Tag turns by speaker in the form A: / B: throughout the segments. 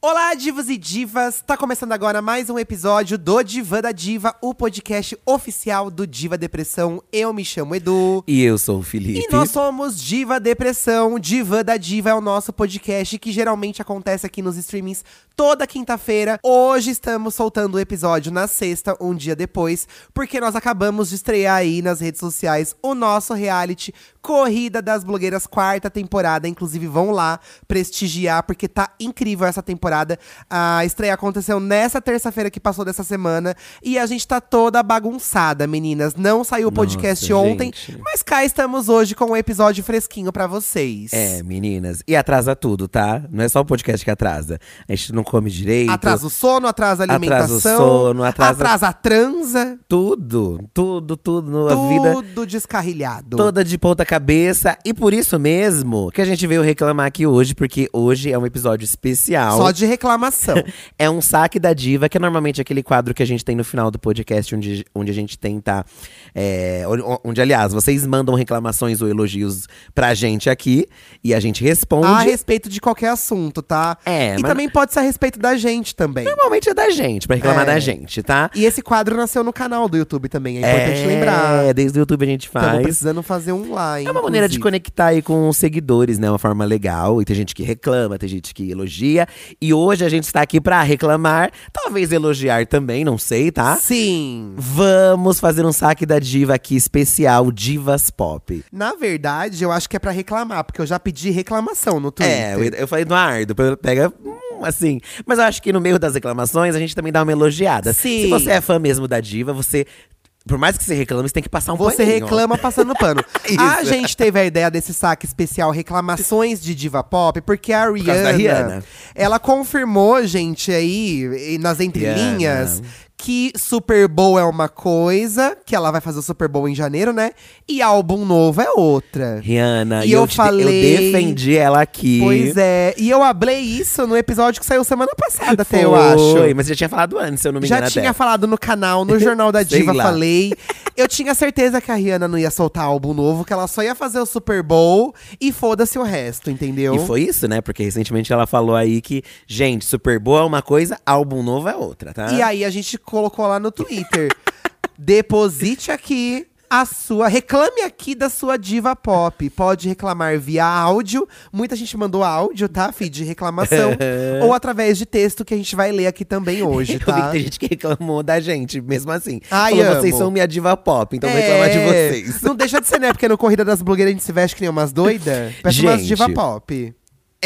A: Olá, divos e divas! Tá começando agora mais um episódio do Diva da Diva, o podcast oficial do Diva Depressão. Eu me chamo Edu.
B: E eu sou o Felipe.
A: E nós somos Diva Depressão. Diva da Diva é o nosso podcast que geralmente acontece aqui nos streamings toda quinta-feira. Hoje estamos soltando o episódio na sexta, um dia depois, porque nós acabamos de estrear aí nas redes sociais o nosso reality Corrida das Blogueiras, quarta temporada. Inclusive, vão lá prestigiar, porque tá incrível essa temporada. A estreia aconteceu nessa terça-feira que passou dessa semana. E a gente tá toda bagunçada, meninas. Não saiu o podcast
B: Nossa,
A: ontem,
B: gente.
A: mas cá estamos hoje com um episódio fresquinho pra vocês.
B: É, meninas. E atrasa tudo, tá? Não é só o podcast que atrasa. A gente não come direito.
A: Atrasa o sono, atrasa a
B: Atrasa o
A: alimentação.
B: sono, atrasa-
A: atrasa a transa.
B: tudo. Tudo, tudo. A vida
A: Tudo descarrilhado.
B: toda de ponta cabeça. E por isso mesmo que a gente veio reclamar aqui hoje. Porque hoje é um episódio especial.
A: Só de reclamação.
B: É um saque da diva, que é normalmente aquele quadro que a gente tem no final do podcast, onde, onde a gente tenta. é, onde- onde, aliás, vocês mandam reclamações ou elogios pra gente aqui e a gente responde.
A: a respeito de qualquer assunto, tá?
B: É,
A: e
B: mas-
A: também pode ser a respeito da gente também.
B: Normalmente é da gente, pra reclamar
A: É.
B: da gente, tá?
A: E esse quadro nasceu no canal do YouTube também, é importante lembrar. Então,
B: É, desde o YouTube a gente
A: Estamos
B: faz.
A: precisando fazer um lá, hein?
B: É uma maneira de conectar aí com os seguidores, né? Uma forma legal. E tem gente que reclama, tem gente que elogia. E hoje a gente está aqui pra reclamar, talvez elogiar também, não sei, tá?
A: Sim.
B: Vamos fazer um saque da diva aqui especial Divas Pop.
A: Na verdade, eu acho que é pra reclamar, porque eu já pedi reclamação no Twitter.
B: É, eu, eu falei do Ardo, pega hum, assim. Mas eu acho que no meio das reclamações a gente também dá uma elogiada.
A: Sim.
B: Se você é fã mesmo da diva, você. Por mais que você reclame, você tem que passar um
A: Você
B: paninho.
A: reclama passando pano.
B: Isso.
A: a gente teve a ideia desse saque especial Reclamações de Diva Pop, porque a
B: causa
A: Rihanna,
B: da Rihanna.
A: ela confirmou, gente, aí, e nas entrelinhas.
B: Rihanna.
A: Que Super Bowl é uma coisa, que ela vai fazer o Super Bowl em janeiro, né? E álbum novo é outra.
B: Rihanna,
A: E
B: e
A: eu
B: eu, te-
A: falei-
B: eu defendi ela aqui.
A: Pois é, e eu ablei isso no episódio que saiu semana passada, até é, eu
B: Foi,
A: acho.
B: mas você já tinha falado antes, se eu não me
A: Já
B: engano.
A: tinha
B: até.
A: falado no canal, no Jornal da
B: Sei
A: Diva,
B: lá.
A: falei. Eu tinha certeza que a Rihanna não ia soltar álbum novo, que ela só ia fazer o Super Bowl e foda-se o resto, entendeu?
B: E foi isso, né? Porque recentemente ela falou aí que, gente, Super Bowl é uma coisa, álbum novo é outra, tá?
A: E aí a gente colocou lá no Twitter. Deposite aqui a sua. Reclame aqui da sua diva pop. Pode reclamar via áudio. Muita gente mandou áudio, tá, Fih? De reclamação. ou através de texto que a gente vai ler aqui também hoje,
B: Eu vi que
A: tá?
B: tem gente que reclamou da gente, mesmo assim.
A: Ai,
B: Falou,
A: amo.
B: vocês são minha diva pop, então vou reclamar de
A: É,
B: vocês.
A: Não deixa de ser, né? Porque no Corrida das Blogueiras a gente se veste que nem umas doidas. Parece umas
B: Gente.
A: diva pop.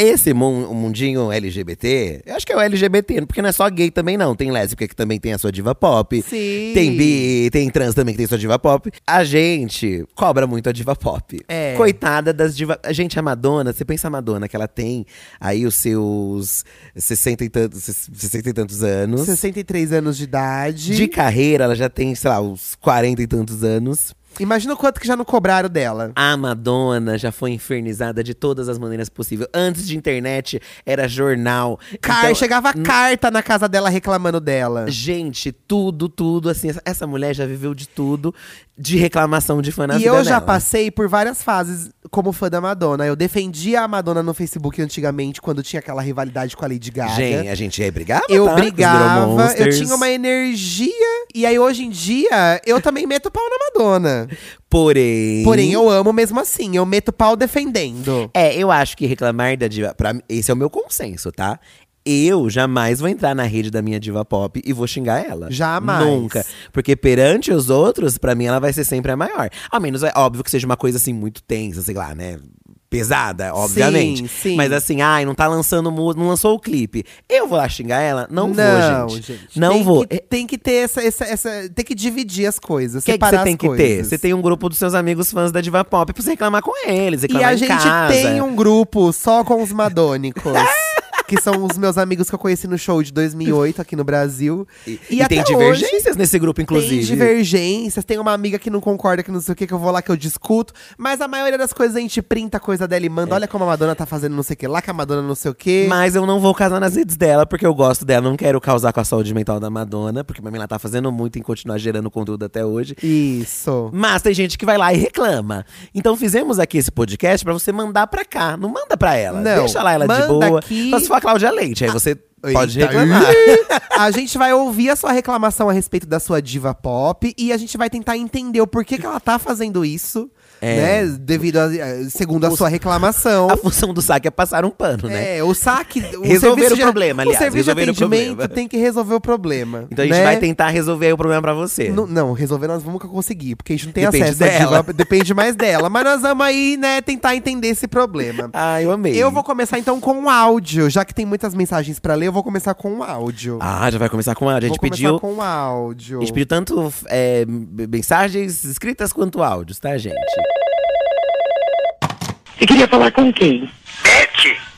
B: Esse mun- mundinho LGBT, eu acho que é o LGBT, porque não é só gay também não. Tem lésbica que também tem a sua diva pop.
A: Sim.
B: Tem bi, tem trans também que tem sua diva pop. A gente cobra muito a diva pop.
A: É.
B: Coitada das divas. A gente, a Madonna, você pensa a Madonna, que ela tem aí os seus 60 e tantos, 60 e tantos anos.
A: 63 anos de idade.
B: De carreira, ela já tem, sei lá, uns 40 e tantos anos.
A: Imagina o quanto que já não cobraram dela.
B: A Madonna já foi infernizada de todas as maneiras possíveis. Antes de internet, era jornal.
A: Car-
B: Então,
A: chegava carta na casa dela reclamando dela.
B: Gente, tudo, tudo. Assim, essa- essa mulher já viveu de tudo, de reclamação de fã na
A: e
B: vida
A: eu já
B: dela.
A: passei por várias fases como fã da Madonna. Eu defendia a Madonna no Facebook antigamente, quando tinha aquela rivalidade com a Lady Gaga.
B: Gente, a gente aí brigava,
A: eu
B: tá? Com os
A: brigava, eu
B: Neuromonsters.
A: tinha uma energia. E aí, hoje em dia, eu também meto pau na Madonna.
B: Porém…
A: Porém, eu amo mesmo assim. Eu meto pau defendendo.
B: É, eu acho que reclamar da diva… Pra, mim- esse é o meu consenso, tá? Eu jamais vou entrar na rede da minha diva pop e vou xingar ela.
A: Jamais.
B: Nunca. Porque perante os outros, pra mim, ela vai ser sempre a maior. Ao menos, é óbvio que seja uma coisa, assim, muito tensa, sei lá, né? Pesada, obviamente.
A: sim.
B: Mas assim, ai, não tá lançando música, não lançou o clipe. Eu vou lá xingar ela? Não, vou, gente. Não
A: tem
B: vou.
A: que- tem que ter essa, essa, essa- Tem que dividir as coisas.
B: O que é que
A: separar
B: você tem
A: as
B: que ter?
A: coisas.
B: Você tem um grupo dos seus amigos fãs da diva pop pra você reclamar com eles,
A: E
B: reclamar
A: a
B: em
A: gente
B: casa.
A: tem um grupo só com os madônicos. que são os meus amigos que eu conheci no show de 2008 aqui no Brasil.
B: E,
A: E
B: e
A: até
B: tem
A: hoje,
B: divergências nesse grupo, inclusive.
A: Tem divergências, tem uma amiga que não concorda, que não sei o que, que eu vou lá, que eu discuto. Mas a maioria das coisas a gente printa a coisa dela e
B: É.
A: manda. Olha como a Madonna tá fazendo não sei o que lá, que a Madonna não sei o que.
B: Mas eu não vou casar nas redes dela, porque eu gosto dela. Não quero causar com a saúde mental da Madonna, porque pra mim ela tá fazendo muito em continuar gerando conteúdo até hoje.
A: Isso.
B: Mas tem gente que vai lá e reclama. Então fizemos aqui esse podcast pra você mandar pra cá. Não manda pra ela.
A: Não.
B: Deixa lá ela
A: Manda
B: de boa.
A: aqui. Ah,
B: Mas fala, a Cláudia Leite. Aí você pode
A: Eita,
B: reclamar.
A: A gente vai ouvir a sua reclamação a respeito da sua diva pop e a gente vai tentar entender o porquê que ela tá fazendo isso,
B: É.
A: né? Devido a, eh, segundo a sua reclamação.
B: A função do saque é passar um pano, né?
A: É, o saque. O
B: Resolver
A: serviço
B: o
A: de-
B: problema, aliás,
A: O serviço de
B: resolver o
A: atendimento
B: problema.
A: tem que resolver o problema.
B: Então a gente
A: né?
B: vai tentar resolver aí o problema pra você.
A: Não, não, resolver nós vamos nunca conseguir, porque a gente não tem
B: Depende
A: acesso à
B: dela.
A: diva, depende mais dela. Mas nós vamos aí, né, tentar entender esse problema.
B: Ah, eu amei.
A: Eu vou começar então com o áudio, já que tem muitas mensagens pra ler, eu vou começar com o áudio.
B: Ah, já vai começar com a. A gente
A: vou
B: pediu.
A: começar com o áudio.
B: A gente pediu tanto é, mensagens escritas quanto áudios, tá, gente?
C: E queria falar com quem?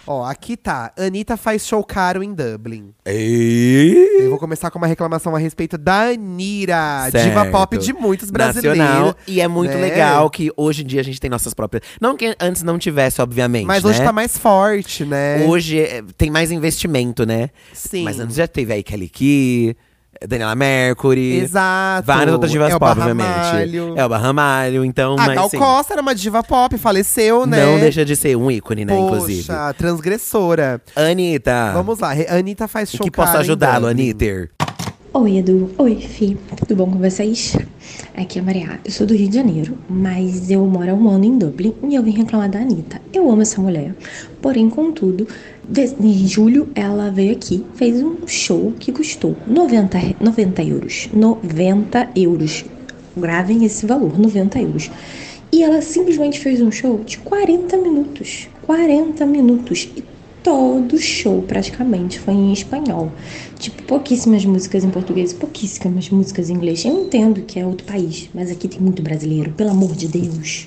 A: Ó, aqui tá. Anitta faz show caro em Dublin.
B: E...
A: Eu vou começar com uma reclamação a respeito da Anira,
B: Certo.
A: diva pop de muitos brasileiros.
B: Nacional. E é muito
A: né?
B: legal que hoje em dia a gente tem nossas próprias. Não que antes não tivesse, obviamente.
A: Mas hoje
B: né?
A: tá mais forte, né?
B: Hoje é, tem mais investimento, né?
A: Sim.
B: Mas antes já teve a Kelly Key, Daniela Mercury.
A: Exato. É
B: Várias outras divas
A: Elba
B: pop, obviamente.
A: Ramalho.
B: É o Barramalho, então.
A: A
B: mas,
A: Ah, Gal
B: assim,
A: Costa era uma diva pop, faleceu, né?
B: Não deixa de ser um ícone, né,
A: Poxa,
B: inclusive.
A: transgressora.
B: Anitta.
A: Vamos lá, Re- Anitta faz
B: em
A: show
B: que posso
A: caro em
B: ajudá-lo,
A: Dublin.
B: Anitter?
D: Oi, Edu. Oi, Fi. Tudo bom com vocês? Aqui é a Maria. Eu sou do Rio de Janeiro, mas eu moro há um ano em Dublin e eu vim reclamar da Anitta. Eu amo essa mulher. Porém, contudo, de- em julho ela veio aqui, fez um show que custou 90, re- 90 euros. 90 euros. Gravem esse valor, 90 euros. E ela simplesmente fez um show de 40 minutos. 40 minutos. E todo show praticamente foi em espanhol. Tipo, pouquíssimas músicas em português, pouquíssimas músicas em inglês. Eu entendo que é outro país, mas aqui tem muito brasileiro, pelo amor de Deus.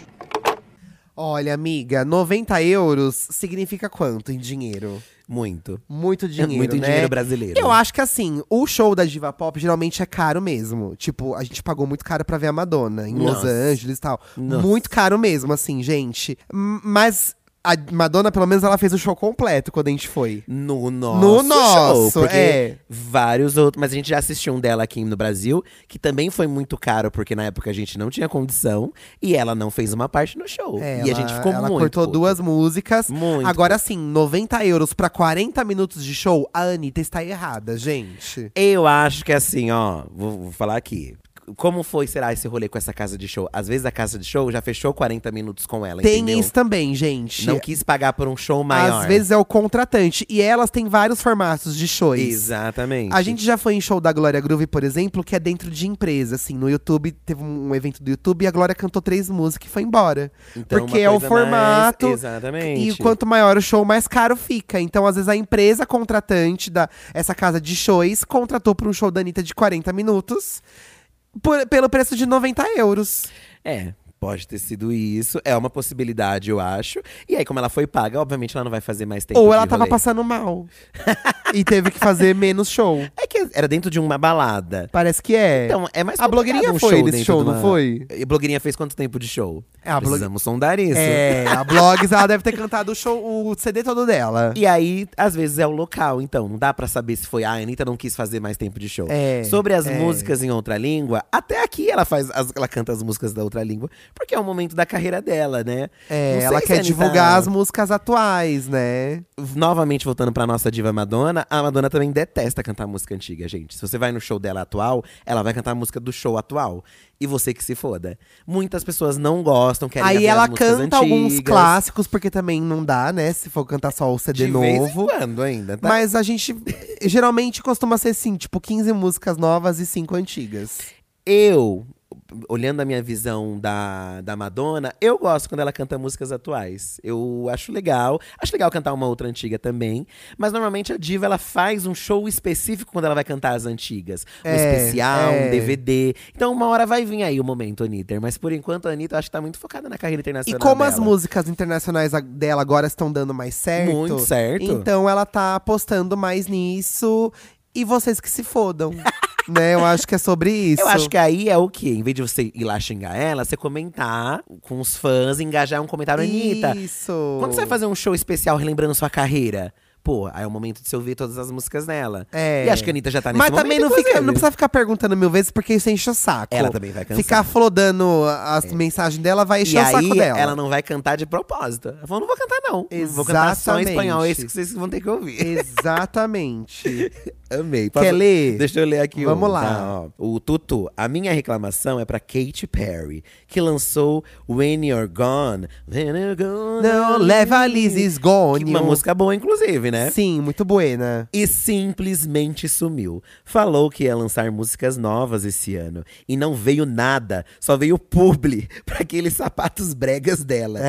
A: Olha, amiga, 90 euros significa quanto em dinheiro?
B: Muito.
A: Muito dinheiro,
B: É Muito em
A: né?
B: dinheiro brasileiro.
A: Eu acho que assim, o show da diva pop geralmente é caro mesmo. Tipo, a gente pagou muito caro pra ver a Madonna em Los
B: Nossa.
A: Angeles e tal.
B: Nossa.
A: Muito caro mesmo, assim, gente. M- Mas a Madonna, pelo menos, ela fez o show completo quando a gente foi.
B: No nosso,
A: nosso,
B: show, porque
A: é.
B: vários outros. Mas a gente já assistiu um dela aqui no Brasil, que também foi muito caro, porque na época a gente não tinha condição e ela não fez uma parte no show.
A: É,
B: e
A: ela-
B: a gente ficou
A: Ela
B: muito.
A: cortou
B: puto.
A: duas músicas.
B: Muito.
A: Agora assim, 90 euros pra 40 minutos de show, a Anitta está errada, gente.
B: Eu acho que assim, ó, vou, vou falar aqui. Como foi, será, esse rolê com essa casa de show? Às vezes a casa de show já fechou 40 minutos com ela,
A: Tem
B: entendeu?
A: isso também, gente.
B: Não quis pagar por um show maior.
A: Às vezes é o contratante. E elas têm vários formatos de shows.
B: Exatamente.
A: A gente já foi em show da Glória Groove, por exemplo, que é dentro de empresa, assim, no YouTube, teve um evento do YouTube e a Glória cantou três músicas e foi embora.
B: Então,
A: porque
B: uma
A: é o
B: coisa
A: formato.
B: mais- Exatamente.
A: E quanto maior o show, mais caro fica. Então, às vezes, a empresa contratante da essa casa de shows contratou para um show da Anitta de 40 minutos por- pelo preço de 90 euros.
B: É, pode ter sido isso. É uma possibilidade, eu acho. E aí, como ela foi paga, obviamente ela não vai fazer mais tempo.
A: Ou ela
B: de
A: tava
B: rolê.
A: passando mal e teve que fazer menos show.
B: É que era dentro de uma balada.
A: Parece que é.
B: Então, é mais
A: a blogueirinha
B: complicado um
A: foi
B: show
A: nesse
B: dentro
A: show,
B: de
A: não
B: uma-
A: foi?
B: E a blogueirinha fez quanto tempo de show?
A: É, a blogue-
B: Precisamos sondar isso.
A: É, a Blogs, ela deve ter cantado o show, o CD todo dela.
B: E aí, às vezes é o local, então não dá pra saber se foi ah, a Anitta não quis fazer mais tempo de show.
A: É,
B: Sobre as
A: é.
B: músicas em outra língua, até aqui ela faz, as- ela canta as músicas da outra língua, porque é um momento da carreira dela, né? Não
A: É,
B: sei
A: ela
B: se tá a
A: quer
B: Anitta-
A: divulgar as músicas atuais, né?
B: novamente voltando pra nossa diva Madonna, a Madonna também detesta cantar música antiga, gente. Se você vai no show dela atual, ela vai cantar a música do show atual. E você que se foda. Muitas pessoas não gostam, querem
A: Aí
B: ver
A: ela
B: as músicas
A: canta alguns
B: antigas.
A: clássicos, porque também não dá, né? Se for cantar só o CD
B: de Vez em
A: novo.
B: quando ainda, tá?
A: Mas a gente geralmente costuma ser assim, tipo 15 músicas novas e 5 antigas.
B: Eu, olhando a minha visão da, da Madonna, eu gosto quando ela canta músicas atuais. Eu acho legal. Acho legal cantar uma outra antiga também. Mas normalmente a diva, ela faz um show específico quando ela vai cantar as antigas. Um
A: É,
B: especial,
A: é.
B: um DVD. Então uma hora vai vir aí o momento, Anitta. Mas por enquanto, a Anitta, eu acho que tá muito focada na carreira
A: E
B: internacional
A: como as
B: dela.
A: músicas internacionais a- dela agora estão dando mais certo,
B: Muito certo.
A: então ela tá apostando mais nisso. E vocês que se fodam. né? Eu acho que é sobre isso.
B: Eu acho que aí é o quê? Em vez de você ir lá xingar ela, você comentar com os fãs, engajar um comentário. Anitta,
A: Isso.
B: Quando você vai fazer um show especial relembrando sua carreira? pô, aí é o momento de você ouvir todas as músicas dela.
A: É.
B: E acho que a Anitta já tá nesse
A: Mas
B: momento,
A: também não, fica,
B: inclusive.
A: não precisa ficar perguntando mil vezes, porque isso enche o saco.
B: Ela também vai cansar. É.
A: Ficar flodando as mensagens dela vai encher
B: e
A: o saco
B: aí,
A: dela.
B: ela não vai cantar de propósito. Ela falou, não vou cantar não. Vou cantar só em
A: Exatamente.
B: espanhol, esse que vocês vão ter que ouvir.
A: Exatamente.
B: Amei.
A: Quer
B: Quer ler?
A: ler?
B: Deixa eu ler aqui.
A: Vamos
B: um,
A: lá.
B: tá? Ó, O Tutu. A minha reclamação é pra Katy Perry, que lançou When You're Gone. When You're Gone.
A: Não, leva a Liz is gone.
B: Que Uma música boa, inclusive, né?
A: Sim, muito buena.
B: E simplesmente sumiu. Falou que ia lançar músicas novas esse ano. E não veio nada. Só veio publi pra aqueles sapatos bregas dela.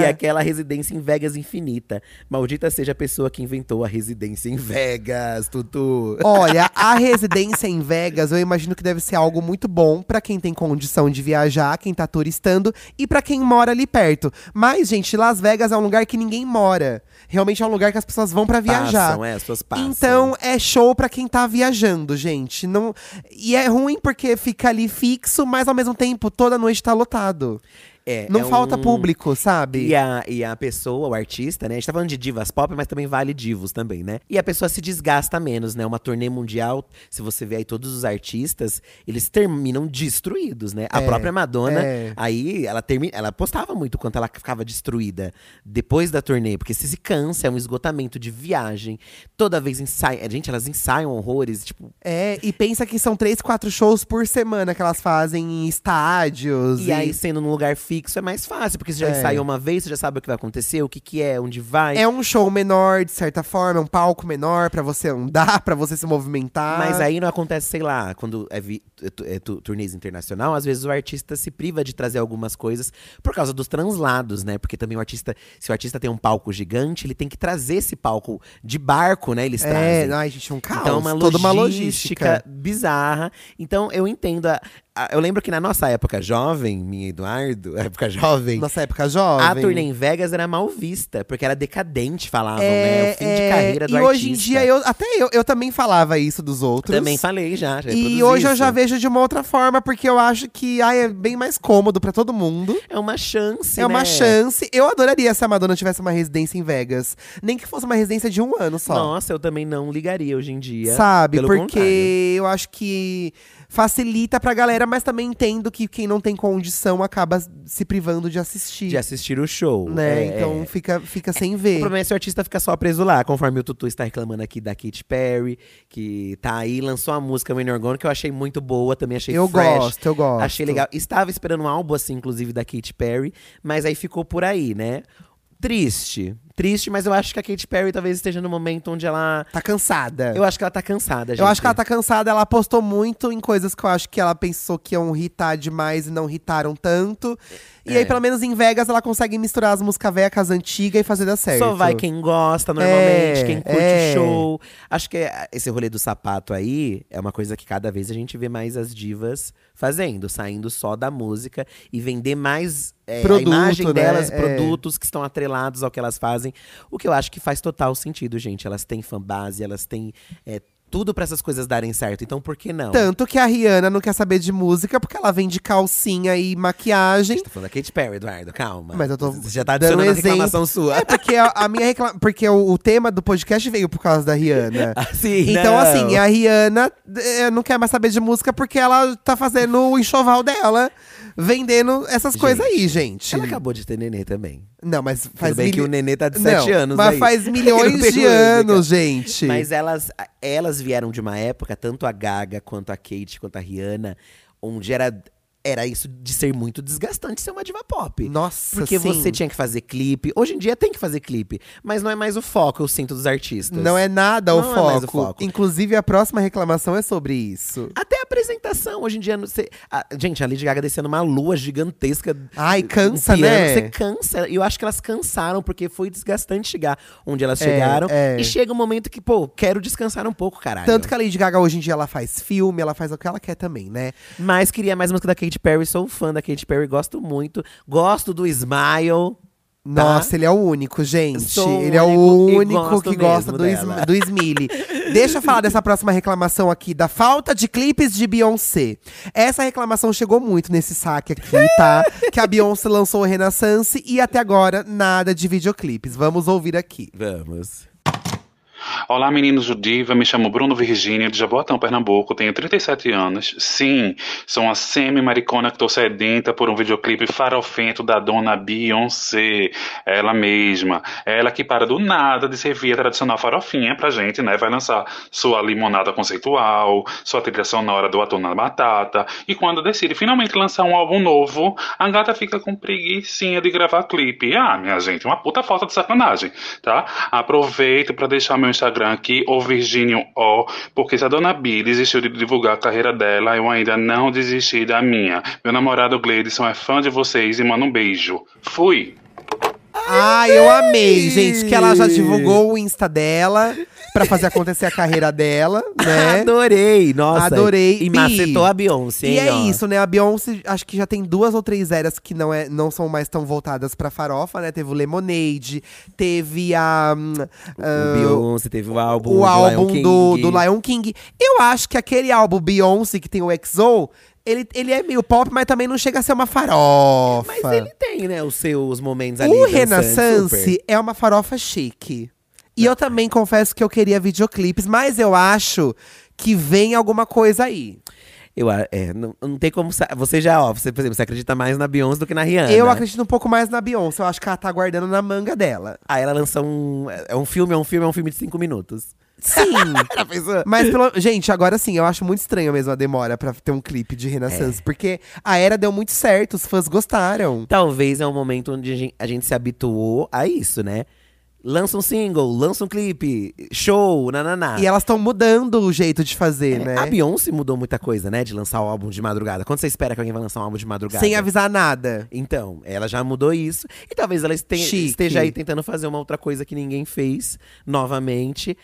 B: e aquela residência em Vegas infinita. Maldita seja a pessoa que inventou a residência em Vegas, Tutu.
A: Olha, a residência em Vegas, eu imagino que deve ser algo muito bom pra quem tem condição de viajar, quem tá turistando e pra quem mora ali perto. Mas, gente, Las Vegas é um lugar que ninguém mora. Realmente é um lugar que as pessoas vão pra viajar.
B: Passam, é, as pessoas passam.
A: Então é show pra quem tá viajando, gente. Não e é ruim porque fica ali fixo, mas ao mesmo tempo toda noite tá lotado.
B: É,
A: Não
B: é
A: falta
B: um-
A: público, sabe?
B: E é a, e a pessoa, o artista, né? A gente tá falando de divas pop, mas também vale divos também, né? E a pessoa se desgasta menos, né? Uma turnê mundial, se você vê aí todos os artistas, eles terminam destruídos, né? A
A: É,
B: própria Madonna,
A: é.
B: aí ela termina, ela postava muito quanto ela ficava destruída depois da turnê, porque se se cansa, é um esgotamento de viagem. Toda vez ensaia, gente, elas ensaiam horrores, tipo,
A: É, e pensa que são três, quatro shows por semana que elas fazem em estádios.
B: E aí, sendo num lugar fixo, é mais fácil, porque você já
A: É.
B: ensaiou uma vez, você já sabe o que vai acontecer, o que, que é, onde vai.
A: É um show menor, de certa forma, é um palco menor pra você andar, pra você se movimentar.
B: Mas aí não acontece, sei lá, quando é, vi, é tu- é tu- turnês internacional, às vezes o artista se priva de trazer algumas coisas por causa dos translados, né? Porque também o artista, se o artista tem um palco gigante, ele tem que trazer esse palco de barco, né? Eles
A: É,
B: trazem.
A: ai, gente, é um caos.
B: Então, é uma logística,
A: toda uma logística.
B: bizarra. Então, eu entendo. a- a- eu lembro que na nossa época jovem, minha e Eduardo, época jovem,
A: Nossa época jovem.
B: A turnê em Vegas era mal vista, porque era decadente, falavam, né? O fim de
A: é,
B: carreira do
A: e
B: artista.
A: hoje em dia, é eu, até eu, eu também falava isso dos outros.
B: Também falei já. já
A: E
B: reproduzi
A: hoje eu
B: isso.
A: já vejo de uma outra forma, porque eu acho que ai, é bem mais cômodo pra todo mundo.
B: É uma chance,
A: é uma
B: né?
A: chance. Eu adoraria se a Madonna tivesse uma residência em Vegas. Nem que fosse uma residência de um ano só.
B: Nossa, eu também não ligaria hoje em dia.
A: Sabe?
B: Pelo
A: Porque
B: contrário.
A: eu acho que facilita pra galera, mas também entendo que quem não tem condição acaba se privando de assistir.
B: De assistir o show.
A: né?
B: é,
A: então fica, fica sem
B: O
A: ver.
B: problema é se o artista fica só preso lá, conforme o Tutu está reclamando aqui da Katy Perry, que tá aí, lançou a música When You're Gone, que eu achei muito boa, também achei
A: Eu
B: fresh.
A: gosto, eu gosto.
B: Achei legal. Estava esperando um álbum assim, inclusive, da Katy Perry, mas aí ficou por aí, né? Triste. Triste, mas eu acho que a Katy Perry talvez esteja no momento onde ela.
A: Tá cansada.
B: Eu acho que ela tá cansada, gente.
A: Eu acho que ela tá cansada, ela apostou muito em coisas que eu acho que ela pensou que iam hitar demais e não hitaram tanto. E
B: É.
A: aí, pelo menos em Vegas, ela consegue misturar as músicas velhas com as antigas e fazer dar certo.
B: Só vai quem gosta, normalmente,
A: É,
B: quem curte
A: é.
B: show. Acho que é, esse rolê do sapato aí é uma coisa que cada vez a gente vê mais as divas fazendo, saindo só da música e vender mais é,
A: Produto,
B: a imagem
A: né?
B: delas,
A: É.
B: produtos que estão atrelados ao que elas fazem. O que eu acho que faz total sentido, gente. Elas têm fanbase, elas têm é, tudo pra essas coisas darem certo. Então por que não?
A: Tanto que a Rihanna não quer saber de música porque ela vende calcinha e maquiagem.
B: Tá falando da Katy Perry, Eduardo, calma.
A: Mas eu tô
B: Você já tá
A: dando
B: adicionando a
A: exemplo.
B: reclamação sua.
A: É porque a, a minha reclama. Porque o, o tema do podcast veio por causa da Rihanna.
B: Assim,
A: Então,
B: não.
A: assim, a Rihanna eh, não quer mais saber de música porque ela tá fazendo o enxoval dela, vendendo essas coisas aí, gente.
B: Ela acabou de ter nenê também.
A: Não, mas faz
B: Tudo bem que
A: milho-
B: o nenê tá de 7
A: Não,
B: anos
A: Mas
B: aí.
A: faz
B: Não
A: milhões
B: tem
A: de
B: música.
A: anos, gente.
B: né? Mas elas, elas vieram de uma época, tanto a Gaga, quanto a Kate, quanto a Rihanna, onde era, era isso de ser muito desgastante ser uma diva pop.
A: Nossa,
B: Porque
A: sim.
B: você tinha que fazer clipe. Hoje em dia tem que fazer clipe. Mas não é mais o foco, eu sinto, dos artistas.
A: Não é nada o
B: Não é
A: foco.
B: mais o foco.
A: Inclusive, a próxima reclamação é sobre isso.
B: Até a apresentação, hoje em dia. não- Você, a- gente, a Lady Gaga descendo uma lua gigantesca.
A: Ai,
B: um
A: cansa,
B: piano,
A: né?
B: Você cansa. E eu acho que elas cansaram, porque foi desgastante chegar onde elas
A: É,
B: chegaram.
A: é.
B: E chega um momento que, pô, quero descansar um pouco, caralho.
A: Tanto que a Lady Gaga hoje em dia ela faz filme, ela faz o que ela quer também, né?
B: Mas queria mais música da Katy Perry, sou fã da Katy Perry, gosto muito. Gosto do Smile. tá?
A: Nossa, ele é o único, gente.
B: Sou o
A: ele é o
B: único e
A: único
B: gosto
A: que gosta
B: mesmo
A: do, is,
B: dela.
A: do Smiley. Deixa eu falar dessa próxima reclamação aqui, da falta de clipes de Beyoncé. Essa reclamação chegou muito nesse saque aqui, tá? que a Beyoncé lançou o Renaissance e até agora nada de videoclipes. Vamos ouvir aqui.
B: Vamos.
E: Olá, meninos do Diva. Me chamo Bruno Virgínia, de Jaboatão, Pernambuco. Tenho 37 anos. Sim, sou uma semi-maricona que tô sedenta por um videoclipe farofento da dona Beyoncé. Ela mesma. Ela que para do nada de servir a tradicional farofinha pra gente, né? Vai lançar sua limonada conceitual, sua trilha sonora do Ator na Batata. E quando decide finalmente lançar um álbum novo, a gata fica com preguiçinha de gravar clipe. Ah, minha gente, uma puta falta de sacanagem, tá? Aproveito pra deixar meu Instagram aqui, o Virgínio O, porque se a dona B desistiu de divulgar a carreira dela, eu ainda não desisti da minha. Meu namorado Gleidson é fã de vocês e manda um beijo. Fui!
A: Ai, eu amei, gente, que ela já divulgou o Insta dela pra fazer acontecer a carreira dela, né?
B: Adorei, nossa.
A: Adorei.
B: E
A: Bi.
B: macetou a Beyoncé,
A: E
B: hein,
A: é
B: ó.
A: isso, né? A Beyoncé, acho que já tem duas ou três eras que não, é, não são mais tão voltadas pra farofa, né? Teve o Lemonade, teve a. hum,
B: O
A: ah,
B: Beyoncé teve o álbum
A: o
B: do
A: álbum
B: Lion King.
A: do, do Lion King. Eu acho que aquele álbum Beyoncé, que tem o XO, ele, ele é meio pop, mas também não chega a ser uma farofa.
B: Mas ele tem, né, os seus momentos ali.
A: o
B: dançantes,
A: Renaissance
B: super.
A: é uma farofa chique. E eu também confesso que eu queria videoclipes, mas eu acho que vem alguma coisa aí.
B: Eu, a- é, não, não tem como. sa- Você já, ó, você, por exemplo, você acredita mais na Beyoncé do que na Rihanna.
A: Eu acredito um pouco mais na Beyoncé, eu acho que ela tá guardando na manga dela.
B: Aí ela lança um. É um filme, é um filme, é um filme de cinco minutos.
A: Sim.
B: Já pensou?
A: Mas, pelo, gente, agora sim, eu acho muito estranho mesmo a demora pra ter um clipe de
B: É.
A: Renaissance. Porque a era deu muito certo, os fãs gostaram.
B: Talvez é um momento onde a gen- a gente, se habituou a isso, né? Lança um single, lança um clipe, show, nananá. É,
A: E elas estão mudando o jeito de fazer,
B: A
A: né?
B: Beyoncé mudou muita coisa, né? De lançar o álbum de madrugada. Quando você espera que alguém vai lançar um álbum de madrugada?
A: Sem avisar nada.
B: Então, ela já mudou isso. E talvez ela este-
A: Chique.
B: esteja aí tentando fazer uma outra coisa que ninguém fez novamente.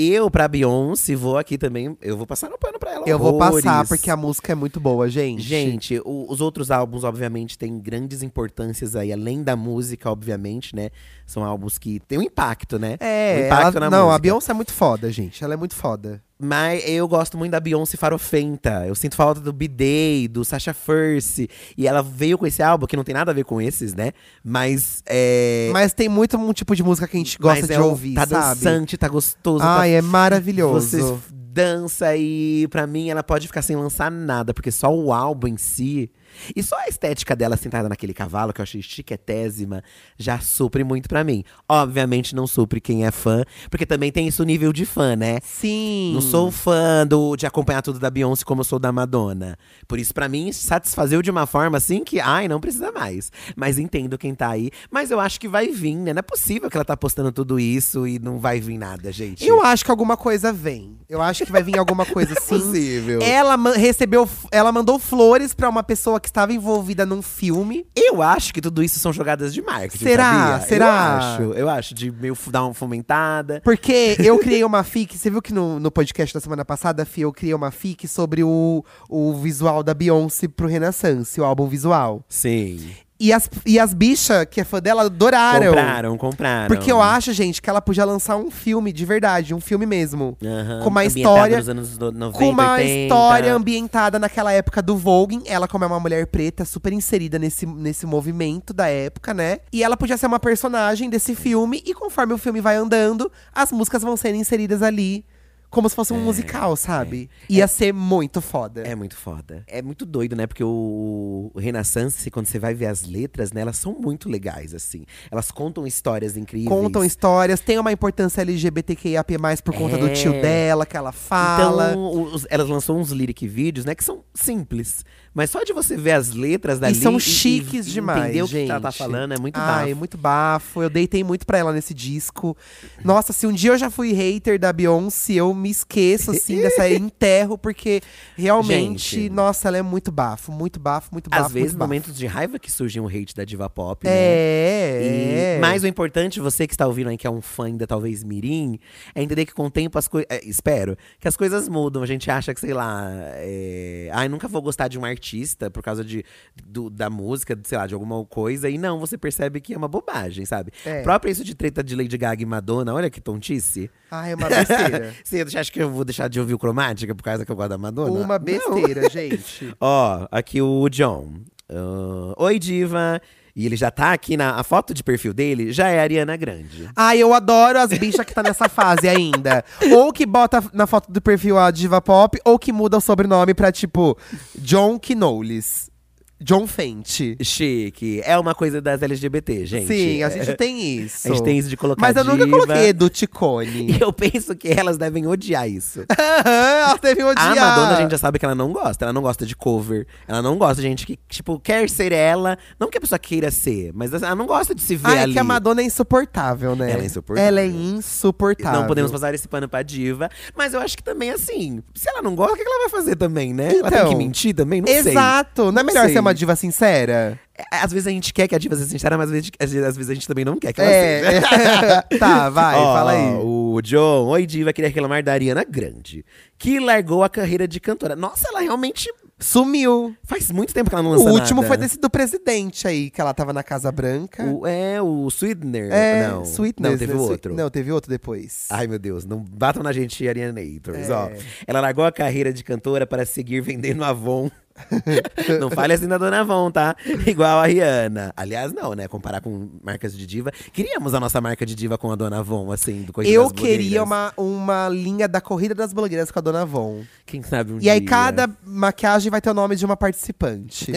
B: Eu, pra Beyoncé, vou aqui também. Eu vou passar no pano pra ela.
A: Eu vou passar,
B: horrores.
A: porque a música é muito boa, gente.
B: Gente, o- os outros álbuns, obviamente, têm grandes importâncias aí, além da música, obviamente, né? São álbuns que têm um impacto, né? um
A: É,
B: impacto
A: ela-
B: na
A: não, a
B: música.
A: Beyoncé é muito foda, gente. Ela é muito foda.
B: Mas eu gosto muito da Beyoncé farofenta. Eu sinto falta do B-Day, do Sasha Fierce. E ela veio com esse álbum, que não tem nada a ver com esses, né? Mas é.
A: Mas tem muito um tipo de música que a gente gosta
B: mas
A: de
B: é um-
A: ouvir,
B: Tá
A: sabe?
B: dançante, tá gostoso. tá
A: Ai, é maravilhoso.
B: você f- dança e pra mim ela pode ficar sem lançar nada, porque só o álbum em si e só a estética dela sentada naquele cavalo, que eu achei chiquetésima, já supre muito pra mim. Obviamente não supre quem é fã, porque também tem isso o nível de fã, né?
A: Sim.
B: Não sou fã do, de acompanhar tudo da Beyoncé como eu sou da Madonna. Por isso, pra mim, satisfazeu de uma forma assim que, ai, não precisa mais. Mas entendo quem tá aí. Mas eu acho que vai vir, né? Não é possível que ela tá postando tudo isso e não vai vir nada, gente. É
A: Eu acho que alguma coisa vem. Eu acho que vai vir alguma coisa sim.
B: possível.
A: Ela ma- recebeu, f- ela mandou flores pra uma pessoa que estava envolvida num filme.
B: Eu acho que tudo isso são jogadas de marketing.
A: Será?
B: sabia?
A: Será?
B: Eu acho. Eu acho de meio fu- dar uma fomentada.
A: Porque eu criei uma fic, você viu que no, no podcast da semana passada, Fih, eu criei uma fic sobre o, o visual da Beyoncé pro Renaissance, o álbum visual.
B: Sim.
A: E as, e as bichas, que é fã dela, adoraram.
B: Compraram, compraram.
A: Porque eu acho, gente, que ela podia lançar um filme de verdade, um filme mesmo.
B: Aham,
A: com uma
B: ambientado
A: história-
B: Nos anos do- 90,
A: Com uma
B: 80.
A: história ambientada naquela época do Vogue. Ela, como é uma mulher preta, super inserida nesse, nesse movimento da época, né? E ela podia ser uma personagem desse filme. E conforme o filme vai andando, as músicas vão sendo inseridas ali. Como se fosse um musical, sabe? Ia ser muito foda.
B: É muito foda. É muito doido, né? Porque o, o Renaissance, quando você vai ver as letras, né? Elas são muito legais, assim. Elas contam histórias incríveis.
A: Contam histórias, tem uma importância LGBTQIAP+, por conta do
B: É.
A: tio dela, que ela fala.
B: Então, os- elas lançou uns lyric vídeos, né? Que são simples. Mas só de você ver as letras dali.
A: são chiques demais,
B: Entender o que ela tá
A: gente.
B: falando é muito
A: Ai,
B: bafo.
A: muito bafo. Eu deitei muito pra ela nesse disco. Nossa, se um dia eu já fui hater da Beyoncé, eu me esqueço, assim, dessa enterro, porque realmente,
B: Gente.
A: nossa, ela é muito bafo, muito bafo, muito bafo.
B: Às vezes,
A: muito bafo.
B: momentos de raiva que surgem um hate da diva pop, né?
A: É,
B: E,
A: é.
B: mas o importante, você que está ouvindo aí, que é um fã ainda talvez mirim, é entender que com o tempo as coisas… espero, que as coisas mudam. A gente acha que, sei lá, é, ai, nunca vou gostar de um artista por causa de, do- da música, de, sei lá, de alguma coisa. E não, você percebe que é uma bobagem, sabe?
A: É.
B: Próprio isso de treta de Lady Gaga e Madonna, olha que tontice.
A: Ai, é uma besteira.
B: Você acha que eu vou deixar de ouvir o Cromática por causa que eu gosto da Madonna?
A: uma
B: Não.
A: besteira, gente.
B: Ó, aqui o John. Ah, Oi, Diva. E ele já tá aqui na a foto de perfil dele, já é a Ariana Grande.
A: Ai, eu adoro as bichas que tá nessa fase ainda. Ou que bota na foto do perfil a diva pop, ou que muda o sobrenome pra, tipo, John Knowles. John Fenty.
B: Chique. É uma coisa das LGBT, gente.
A: Sim, a
B: É.
A: gente tem isso.
B: A gente tem isso de colocar
A: Mas eu nunca
B: diva.
A: coloquei do Ticone.
B: É, E eu penso que elas devem odiar isso.
A: Aham, Elas devem odiar.
B: A Madonna, a gente já sabe que ela não gosta. Ela não gosta de cover. Ela não gosta de gente que, tipo, quer ser ela. Não que a pessoa queira ser, mas ela não gosta de se ver
A: Ai, é
B: ali.
A: que a Madonna é insuportável, né?
B: Ela é insuportável.
A: Ela é insuportável.
B: Não podemos passar esse pano pra diva. Mas eu acho que também, assim, se ela não gosta, o que que ela vai fazer também, né? ela tem
A: Então.
B: que mentir também? Não sei.
A: Exato. Não é melhor
B: sei.
A: ser uma diva sincera?
B: É, Às vezes a gente quer que a diva seja sincera, mas às vezes, às vezes- às vezes a gente também não quer que ela seja.
A: é. tá, vai,
B: Ó,
A: fala aí.
B: O John, oi diva, queria reclamar da Ariana Grande, que largou a carreira de cantora. Nossa, ela realmente
A: Sumiu.
B: faz muito tempo que ela não
A: O
B: lança
A: último
B: nada.
A: foi desse do presidente aí, que ela tava na Casa Branca.
B: O- é, o Sweetener.
A: é,
B: não,
A: Sweetness,
B: Não, teve
A: né?
B: outro.
A: Não, teve outro depois.
B: Ai, meu Deus, não batam na gente, Ariana Nators, ó.
A: É.
B: Ela largou a carreira de cantora para seguir vendendo Avon. não fale assim da Dona Avon, tá? Igual a Rihanna. Aliás, não, né? Comparar com marcas de diva. Queríamos a nossa marca de diva com a Dona Avon, assim, do Corrida
A: Eu
B: das Blogueiras.
A: queria uma, uma linha da Corrida das Blogueiras com a Dona Von.
B: Quem sabe um
A: e
B: dia.
A: aí, cada maquiagem vai ter o nome de uma participante.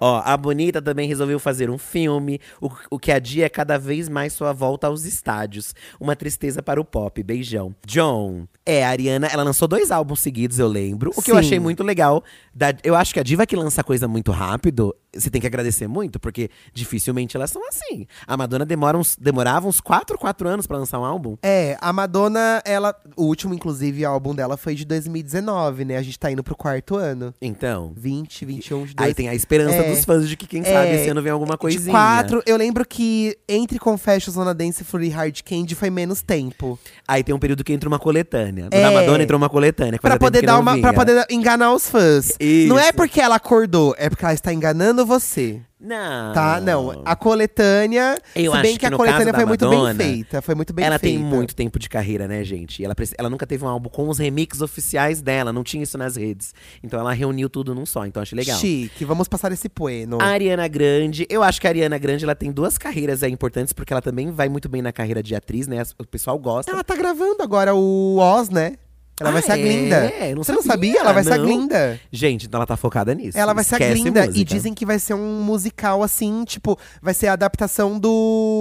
B: Ó, a Bonita também resolveu fazer um filme, o, o que adia é cada vez mais sua volta aos estádios. Uma tristeza para o pop, beijão. John, é, a Ariana, ela lançou dois álbuns seguidos, eu lembro. O que eu
A: Sim.
B: achei muito legal. da- eu acho que a diva que lança coisa muito rápido, você tem que agradecer muito, porque dificilmente elas são assim. A Madonna demora uns, demorava uns 4, 4 anos pra lançar um álbum.
A: É, a Madonna, ela. O último, inclusive, álbum dela foi de 2019, né? A gente tá indo pro quarto ano.
B: Então,
A: 20, 21, 22.
B: aí tem a esperança
A: É.
B: dos fãs de que, quem
A: É.
B: sabe, esse ano vem alguma coisinha.
A: De quatro, eu lembro que entre Confessions, Zona Dance, Fury Hard Candy foi menos tempo.
B: Aí tem um período que entra uma coletânea.
A: É.
B: Na Madonna entrou uma coletânea. que
A: Pra
B: fazia tempo
A: poder
B: que
A: dar
B: não
A: uma.
B: vinha.
A: para poder enganar os fãs.
B: Isso.
A: Não é porque ela acordou, é porque ela está enganando você.
B: Não.
A: Tá? Não. A coletânea.
B: Ah. Eu
A: se bem
B: acho
A: que a
B: no
A: coletânea
B: caso da
A: foi muito bem
B: Madonna,
A: feita. Foi muito bem
B: ela
A: feita.
B: tem muito tempo de carreira, né, gente? E Ela, preci- ela nunca teve um álbum com os remixes oficiais dela, não tinha isso nas redes. Então ela reuniu tudo num só, então achei legal. Ah,
A: Chique, vamos passar esse poeno.
B: A Ariana Grande, eu acho que a Ariana Grande ela tem duas carreiras aí importantes, porque ela também vai muito bem na carreira de atriz, né? As- O pessoal gosta.
A: Ela tá gravando agora o Oz, né? Ela
B: Ah,
A: vai ser a
B: é?
A: Glinda.
B: Eu não
A: Você não
B: sabia, Ah,
A: sabia? Ela vai ser a
B: não.
A: Glinda.
B: Gente, então ela tá focada nisso.
A: Ela vai ser a
B: Esquece
A: Glinda. E
B: música.
A: dizem que vai ser um musical assim, tipo, vai ser a adaptação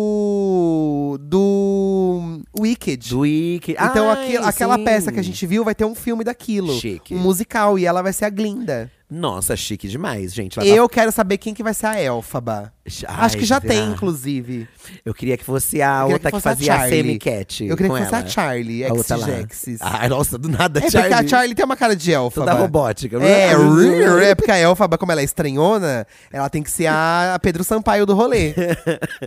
A: do. do. Wicked.
B: Do Ike.
A: Então
B: Ai,
A: aqui- aquela
B: sim.
A: peça que a gente viu vai ter um filme daquilo.
B: Chique.
A: Um musical. E ela vai ser a Glinda.
B: Nossa, chique demais, gente. Ela tá
A: Eu quero saber quem que vai ser a Elfaba.
B: Ai,
A: Acho que já
B: será?
A: tem, inclusive.
B: Eu queria que fosse
A: Eu
B: a
A: queria
B: outra
A: que
B: que,
A: fosse a
B: fazia a,
A: Charlie.
B: semi-cat.
A: Eu queria
B: com
A: que fosse
B: ela.
A: a Charlie,
B: A outra lá.
A: ex-Jaxis.
B: Ai, nossa, do nada,
A: É
B: Charlie. Então
A: porque a Charlie tem uma cara de
B: Toda
A: Elfaba.
B: robótica.
A: É, rir, é porque a Elfaba, como ela é estranhona, ela tem que ser a a Pedro Sampaio do rolê.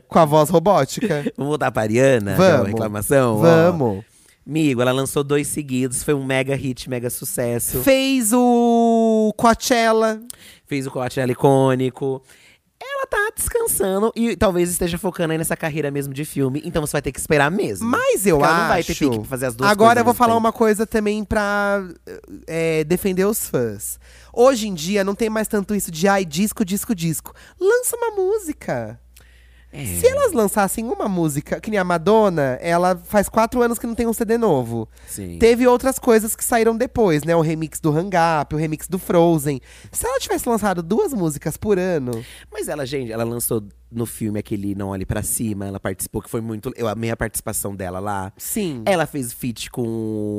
A: com a voz robótica.
B: Vamos voltar pra Ariana? que é uma
A: Vamos.
B: reclamação? Ó,
A: Vamos.
B: Migo, ela lançou dois seguidos. Foi um mega hit, mega sucesso.
A: Fez o Coachella.
B: Fez o Coachella icônico. Ela tá descansando e talvez esteja focando aí nessa carreira mesmo de filme. Então você vai ter que esperar mesmo.
A: Mas eu
B: Porque
A: acho.
B: ela não vai ter pique pra fazer as duas
A: Agora
B: coisas
A: eu vou
B: ao mesmo
A: falar
B: tempo.
A: uma coisa também pra é, defender os fãs. Hoje em dia não tem mais tanto isso de ai, disco, disco, disco. Lança uma música.
B: É.
A: Se elas lançassem uma música, que nem a Madonna, ela faz quatro anos que não tem um CD novo.
B: Sim.
A: Teve outras coisas que saíram depois, né? O remix do Hang Up, o remix do Frozen. Se ela tivesse lançado duas músicas por ano.
B: Mas ela, gente, ela lançou no filme aquele Não Olhe Pra Cima. Ela participou, que foi muito. Eu amei a participação dela lá.
A: Sim.
B: Ela fez feat com,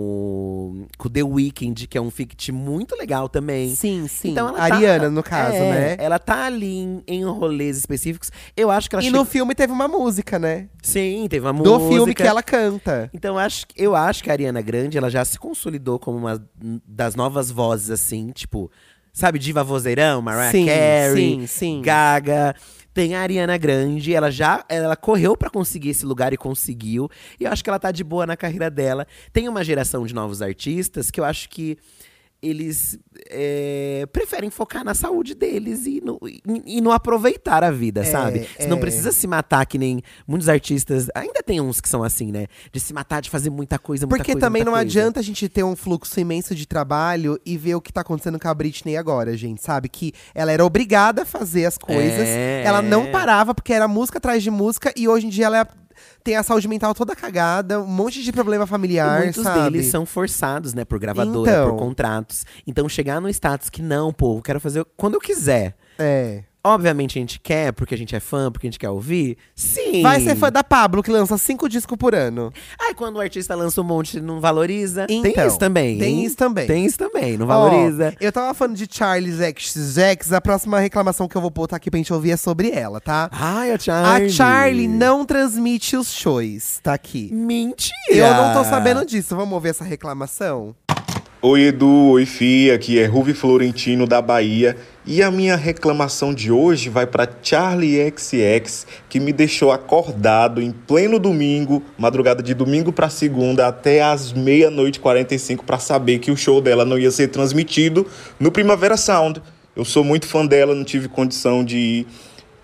B: o- com o The Weeknd, que é um feat muito legal também.
A: Sim, sim.
B: Então ela tá-
A: Ariana, no caso,
B: É,
A: né?
B: Ela tá ali em, em rolês específicos. Eu acho que ela
A: E
B: chegou-
A: no filme teve uma música, né?
B: Sim, teve uma
A: Do
B: música.
A: filme que ela canta.
B: Então acho, que- eu acho que a Ariana Grande, ela já se consolidou como uma das novas vozes, assim, tipo… Sabe, diva vozeirão, Mariah
A: Sim,
B: Carey,
A: sim, sim.
B: Gaga… Tem a Ariana Grande, ela já ela correu pra conseguir esse lugar e conseguiu. E eu acho que ela tá de boa na carreira dela. Tem uma geração de novos artistas que eu acho que eles é, preferem focar na saúde deles e no, e, e no aproveitar a vida, sabe? Você não
A: é.
B: precisa se matar que nem muitos artistas. Ainda tem uns que são assim, né? De se matar, de fazer muita coisa, muita
A: Porque
B: coisa,
A: também
B: muita
A: não
B: coisa.
A: adianta a gente ter um fluxo imenso de trabalho e ver o que tá acontecendo com a Britney agora, gente, sabe? Que ela era obrigada a fazer as coisas,
B: É.
A: ela não parava porque era música atrás de música e hoje em dia ela é- tem a saúde mental toda cagada, um monte de problema familiar,
B: E muitos
A: sabe?
B: deles são forçados, né, por gravadora,
A: Então.
B: por contratos. Então chegar no status que não, pô, eu quero fazer quando eu quiser.
A: É.
B: Obviamente a gente quer, porque a gente é fã, porque a gente quer ouvir. Sim.
A: Vai ser fã da Pablo que lança cinco discos por ano.
B: Ai, quando o artista lança um monte, não valoriza. tem
A: Então,
B: isso também.
A: tem
B: hein?
A: isso também.
B: Tem isso também, não valoriza.
A: Ó, eu tava falando de Charles XXX, a próxima reclamação que eu vou botar aqui pra gente ouvir é sobre ela, tá?
B: Ai, a
A: A
B: Charlie.
A: Charlie não transmite os shows, tá aqui.
B: Mentira!
A: Eu não
B: Ah.
A: tô sabendo disso. Vamos ouvir essa reclamação?
F: Oi Edu, oi Fih, aqui é Ruvi Florentino da Bahia e a minha reclamação de hoje vai para Charlie XX, que me deixou acordado em pleno domingo, madrugada de domingo para segunda até às meia-noite e 45 para saber que o show dela não ia ser transmitido no Primavera Sound. Eu sou muito fã dela, não tive condição de ir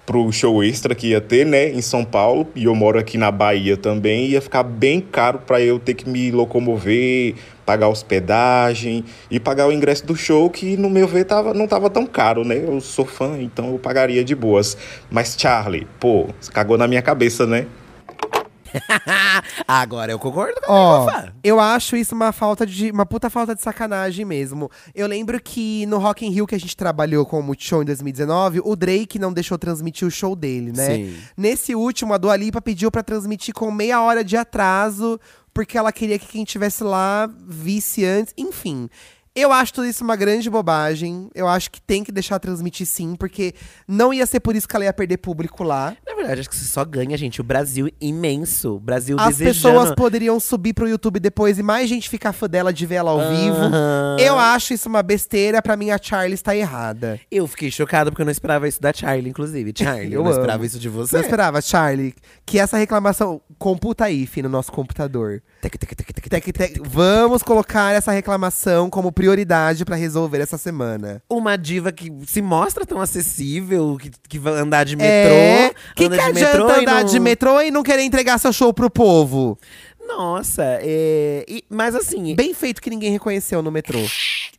F: pro show extra que ia ter, né, em São Paulo, e eu moro aqui na Bahia também, ia ficar bem caro para eu ter que me locomover, pagar hospedagem e pagar o ingresso do show, que no meu ver tava, não tava tão caro, né? Eu sou fã, então eu pagaria de boas. Mas Charlie, pô, você cagou na minha cabeça, né?
B: Ah. Agora eu concordo com a
A: Ó,
B: Rafa.
A: eu acho isso uma falta de. uma puta falta de sacanagem mesmo. Eu lembro que no Rock in Rio que a gente trabalhou com o Multishow em 2019, o Drake não deixou transmitir o show dele, né?
B: Sim.
A: Nesse último, a Dua Lipa pediu pra transmitir com meia hora de atraso, porque ela queria que quem estivesse lá visse antes, enfim. Eu acho tudo isso uma grande bobagem. Eu acho que tem que deixar transmitir sim, porque não ia ser por isso que ela ia perder público lá.
B: Na verdade, acho que você só ganha, gente. O Brasil imenso. O Brasil
A: As
B: tipo, desejando.
A: pessoas poderiam subir pro YouTube depois e mais gente ficar fã dela de ver ela ao vivo.
B: Aham.
A: Eu acho isso uma besteira, pra mim a Charlie está errada.
B: Eu fiquei chocada porque eu não esperava isso da Charlie, inclusive. Charlie, eu,
A: Eu amo.
B: não esperava isso de você.
A: Você não esperava, Charlie, que essa reclamação. Computa aí, fi, no nosso computador.
B: Tec, tec, tec, tec, tec.
A: Tec, tec, vamos colocar essa reclamação como prioridade pra resolver essa semana.
B: Uma diva que se mostra tão acessível, que, que vai andar de metrô.
A: É, que
B: anda
A: que
B: de
A: adianta
B: metrô e
A: andar
B: não-
A: de metrô e não querer entregar seu show pro povo?
B: Nossa, é, e- mas assim,
A: Bem feito que ninguém reconheceu no metrô.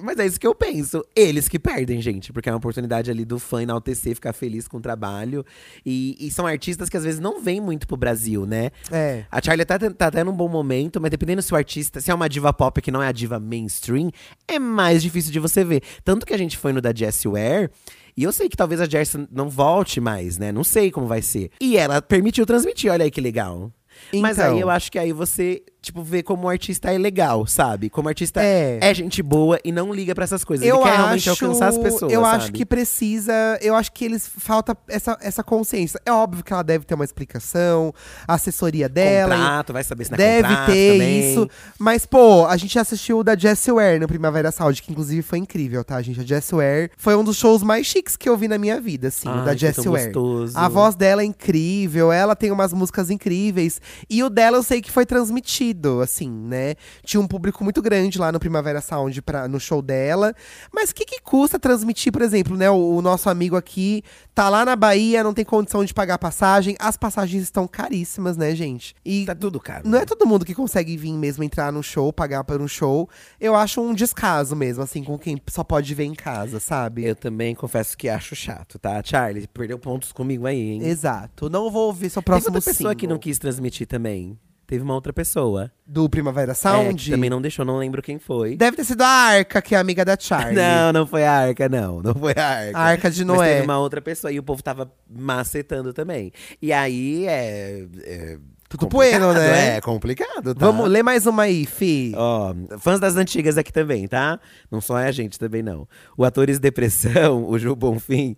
B: Mas é isso que eu penso. Eles que perdem, gente. Porque é uma oportunidade ali do fã enaltecer, ficar feliz com o trabalho. E, e são artistas que às vezes não vêm muito pro Brasil, né?
A: É.
B: A Charlie tá, tá até num bom momento, mas dependendo se o artista, se é uma diva pop que não é a diva mainstream, é mais difícil de você ver. Tanto que a gente foi no da Jessie Ware, e eu sei que talvez a Jessie não volte mais, né? Não sei como vai ser. E ela permitiu transmitir, olha aí que legal. Mas
A: Então.
B: aí eu acho que aí você, tipo, vê como o artista é legal, sabe? Como o artista
A: É.
B: é gente boa e não liga pra essas coisas. Ele quer realmente alcançar as pessoas.
A: Eu
B: sabe?
A: acho que precisa. Eu acho que eles falta essa, essa consciência. É óbvio que ela deve ter uma explicação, a assessoria dela.
B: Contrato, vai saber se não é
A: Deve
B: contrato
A: ter
B: também.
A: isso. Mas, pô, a gente assistiu o da Jessie Ware no Primavera Sound, que inclusive foi incrível, tá, gente? A Jessie Ware foi um dos shows mais chiques que eu vi na minha vida, assim, o
B: Ai,
A: da
B: que tão
A: Jessie Ware.
B: gostoso.
A: A voz dela é incrível, ela tem umas músicas incríveis. E o dela eu sei que foi transmitido, assim, né? Tinha um público muito grande lá no Primavera Sound pra, no show dela. Mas o que, que custa transmitir, por exemplo, né? O, o nosso amigo aqui tá lá na Bahia, não tem condição de pagar passagem. As passagens estão caríssimas, né, gente? E
B: Tá tudo caro.
A: não
B: né?
A: é todo mundo que consegue vir mesmo entrar num show, pagar por um show. Eu acho um descaso mesmo, assim, com quem só pode ver em casa, assim. sabe?
B: Eu também confesso que acho chato, tá? Charlie, perdeu pontos comigo aí, hein?
A: Exato. Não vou ouvir seu
B: Teve
A: próximo
B: outra pessoa que
A: single.
B: não quis transmitir também. Teve uma outra pessoa.
A: Do Primavera
B: É, que
A: Sound.
B: também não deixou, não lembro quem foi.
A: Deve ter sido a Arca, que é amiga da Charlie.
B: Não, não foi a Arca, não. Não foi a Arca.
A: A Arca de
B: Mas
A: Noé.
B: teve uma outra pessoa. E o povo tava macetando também. E aí, é… é
A: Tudo
B: complicado,
A: bueno, né?
B: É, complicado, tá?
A: Vamos ler mais uma aí, Fi.
B: Ó, fãs das antigas aqui também, tá? Não só é a gente também, não. O Atores Depressão, o Ju Bonfim,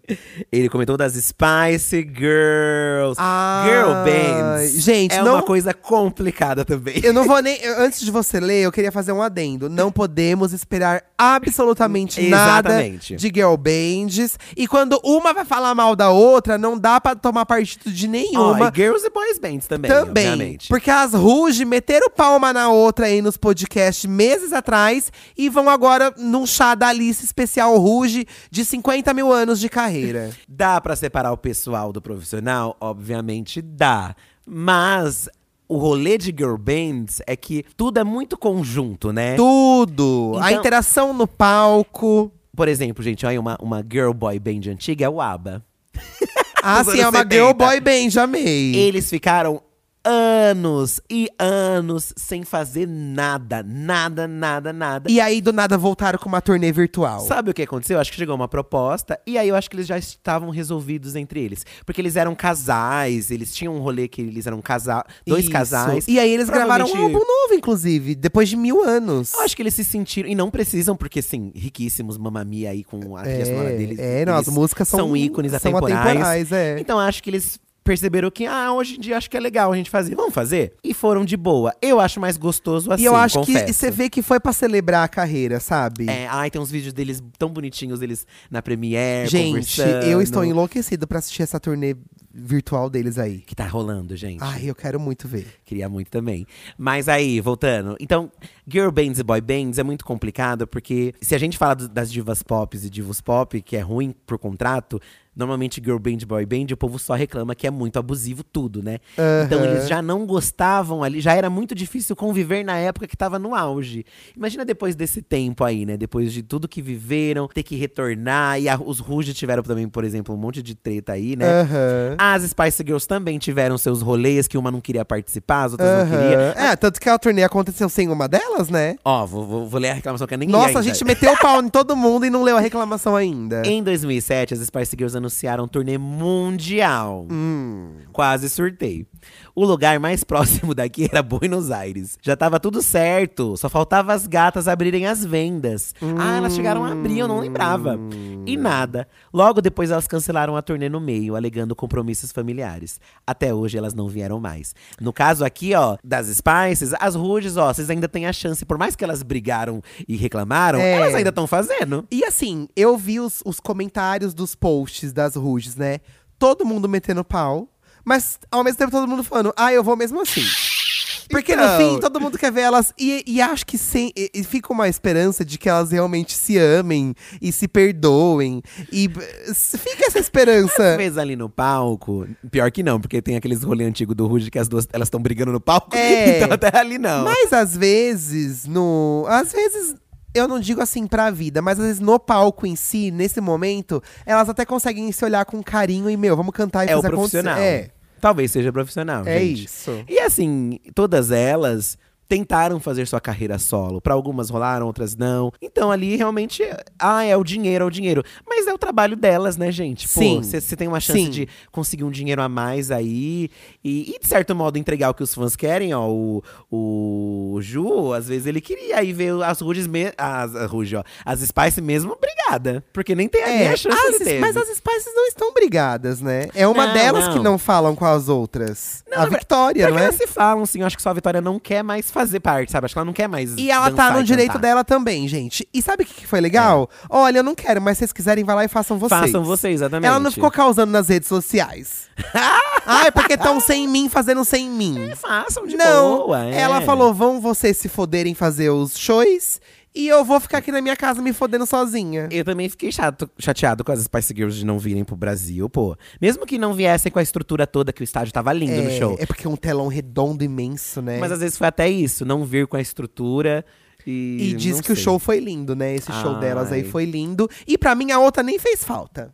B: ele comentou das Spice Girls.
A: Ah,
B: Girl Bands.
A: gente,
B: é
A: não-
B: uma coisa complicada também.
A: Eu não vou nem. eu- Antes de você ler, eu queria fazer um adendo. Não podemos esperar absolutamente nada
B: Exatamente.
A: de girl bands. E quando uma vai falar mal da outra, não dá pra tomar partido de
B: Ó,
A: nenhuma.
B: e Girls e Boys Bands também. ó.
A: bem.
B: Realmente.
A: Porque as Ruge meteram palma na outra aí nos podcasts meses atrás e vão agora num chá da Alice especial Ruge de 50 mil anos de carreira.
B: Dá pra separar o pessoal do profissional? Obviamente dá. Mas o rolê de girl bands é que tudo é muito conjunto, né?
A: Tudo! A
B: Então-
A: interação no palco.
B: Por exemplo, gente, olha uma, uma girl boy band antiga é o ABBA.
A: Ah,
B: Dos
A: sim, é
B: anos
A: uma girl
B: 70.
A: boy band, já amei.
B: Eles ficaram anos e anos sem fazer nada, nada, nada, nada.
A: E aí, do nada, voltaram com uma turnê virtual.
B: Sabe o que aconteceu? Acho que chegou uma proposta e aí eu acho que eles já estavam resolvidos entre eles, porque eles eram casais, eles tinham um rolê que eles eram casal, dois
A: Isso.
B: casais.
A: E aí, eles gravaram um álbum
B: Provavelmente-
A: novo, inclusive, depois de mil anos.
B: Eu acho que eles se sentiram e não precisam porque assim, riquíssimos, mamamia aí com a trilha sonora deles.
A: é, não, as
B: eles
A: músicas são,
B: são ícones
A: são
B: atemporais.
A: atemporais, é.
B: Então acho que eles perceberam que ah, hoje em dia acho que é legal a gente fazer. Vamos fazer? E foram de boa. Eu acho mais gostoso assim,
A: e eu acho
B: confesso.
A: que e você vê que foi pra celebrar a carreira, sabe?
B: É, ai, tem uns vídeos deles tão bonitinhos, eles na Premiere,
A: Gente, eu estou
B: enlouquecido.
A: enlouquecido pra assistir essa turnê virtual deles aí.
B: Que tá rolando, gente.
A: Ai, eu quero muito ver.
B: Queria muito também. Mas aí, voltando. Então, girl bands e boy bands é muito complicado, porque se a gente fala do- das divas pop e divos pop, que é ruim por contrato, normalmente girl band e boy band, o povo só reclama que é muito abusivo tudo, né? Então eles já não gostavam ali, já era muito difícil conviver na época que tava no auge. Imagina depois desse tempo aí, né? Depois de tudo que viveram, ter que retornar. E a- os Ruge tiveram também, por exemplo, um monte de treta aí, né?
A: Aham.
B: As Spice Girls também tiveram seus rolês, que uma não queria participar, as outras não
A: Aham.
B: queriam.
A: É, tanto que a turnê aconteceu sem uma delas, né?
B: Ó, vou, vou- vou ler a reclamação que eu nem li
A: Nossa,
B: ainda.
A: a gente meteu o pau em todo mundo e não leu a reclamação ainda.
B: Em 2007, as Spice Girls anunciaram um turnê mundial.
A: Hum.
B: Quase surtei. O lugar mais próximo daqui era Buenos Aires. Já tava tudo certo, só faltava as gatas abrirem as vendas. Ah, elas chegaram a abrir, eu não lembrava.
A: Hum.
B: E nada. Logo depois elas cancelaram a turnê no meio, alegando compromissos familiares. Até hoje elas não vieram mais. No caso aqui, ó, das Spices, as Ruges, ó, vocês ainda têm a chance. Por mais que elas brigaram e reclamaram,
A: É.
B: elas ainda estão fazendo.
A: E assim, eu vi os, os comentários dos posts das Ruges, né? Todo mundo metendo pau, mas ao mesmo tempo todo mundo falando, ah, eu vou mesmo assim. Porque no
B: Então.
A: fim, todo mundo quer ver elas. E, e acho que sem, e- e fica uma esperança de que elas realmente se amem e se perdoem. E b- s- fica essa
B: Às
A: esperança.
B: vezes ali no palco, pior que não, porque tem aqueles rolê antigo do Ruge que as duas elas estão brigando no palco.
A: É.
B: Então até ali não.
A: Mas às vezes, no. Às vezes. Eu não digo assim pra vida, mas às vezes no palco em si, nesse momento, elas até conseguem se olhar com carinho e, meu, vamos cantar e
B: é o
A: fazer acontecer.
B: profissional.
A: É.
B: Talvez seja profissional,
A: É
B: gente.
A: isso.
B: E assim, todas elas tentaram fazer sua carreira solo. Pra algumas rolaram, outras não. Então ali realmente, ah, é o dinheiro, é o dinheiro. Mas é o trabalho delas, né, gente?
A: Sim.
B: Você tem uma chance
A: Sim.
B: de conseguir um dinheiro a mais aí. E, e, de certo modo entregar o que os fãs querem, ó. O, o Ju, às vezes ele queria aí ver as Ruges, me- as, as Ruge, ó, as Spice mesmo brigada. Porque nem tem nem
A: É,
B: a chance
A: as-
B: ele teve.
A: mas as Spices não estão brigadas, né? É uma
B: Não,
A: delas
B: não.
A: que não falam com as outras.
B: Não,
A: a
B: na ver-
A: Victoria,
B: Pior
A: não
B: que
A: é?
B: elas se falam, assim. Eu acho que só a Vitória não quer mais fazer parte, sabe? Acho que ela não quer mais.
A: E ela tá
B: dançar
A: no
B: e
A: direito
B: cantar. É.
A: dela também, gente. E sabe o que que foi legal? Olha, eu não quero, mas se vocês quiserem, vai lá e façam vocês.
B: Façam vocês, exatamente.
A: Ela não ficou causando nas redes sociais. ah, é porque estão sem mim, fazendo sem mim.
B: Façam É, de
A: não,
B: boa. é.
A: ela falou, vão vocês se foderem fazer os shows. E eu vou ficar aqui na minha casa me fodendo sozinha.
B: Eu também fiquei chato- chateado com as Spice Girls de não virem pro Brasil, pô. Mesmo que não viessem com a estrutura toda, que o estádio tava lindo no
A: é,
B: show.
A: é porque é um telão redondo imenso, né?
B: Mas às vezes foi até isso, não vir com a estrutura e.
A: E diz
B: não
A: que o
B: sei.
A: show foi lindo, né? Esse show delas aí
B: Ai.
A: foi lindo. E pra mim, a outra nem fez falta.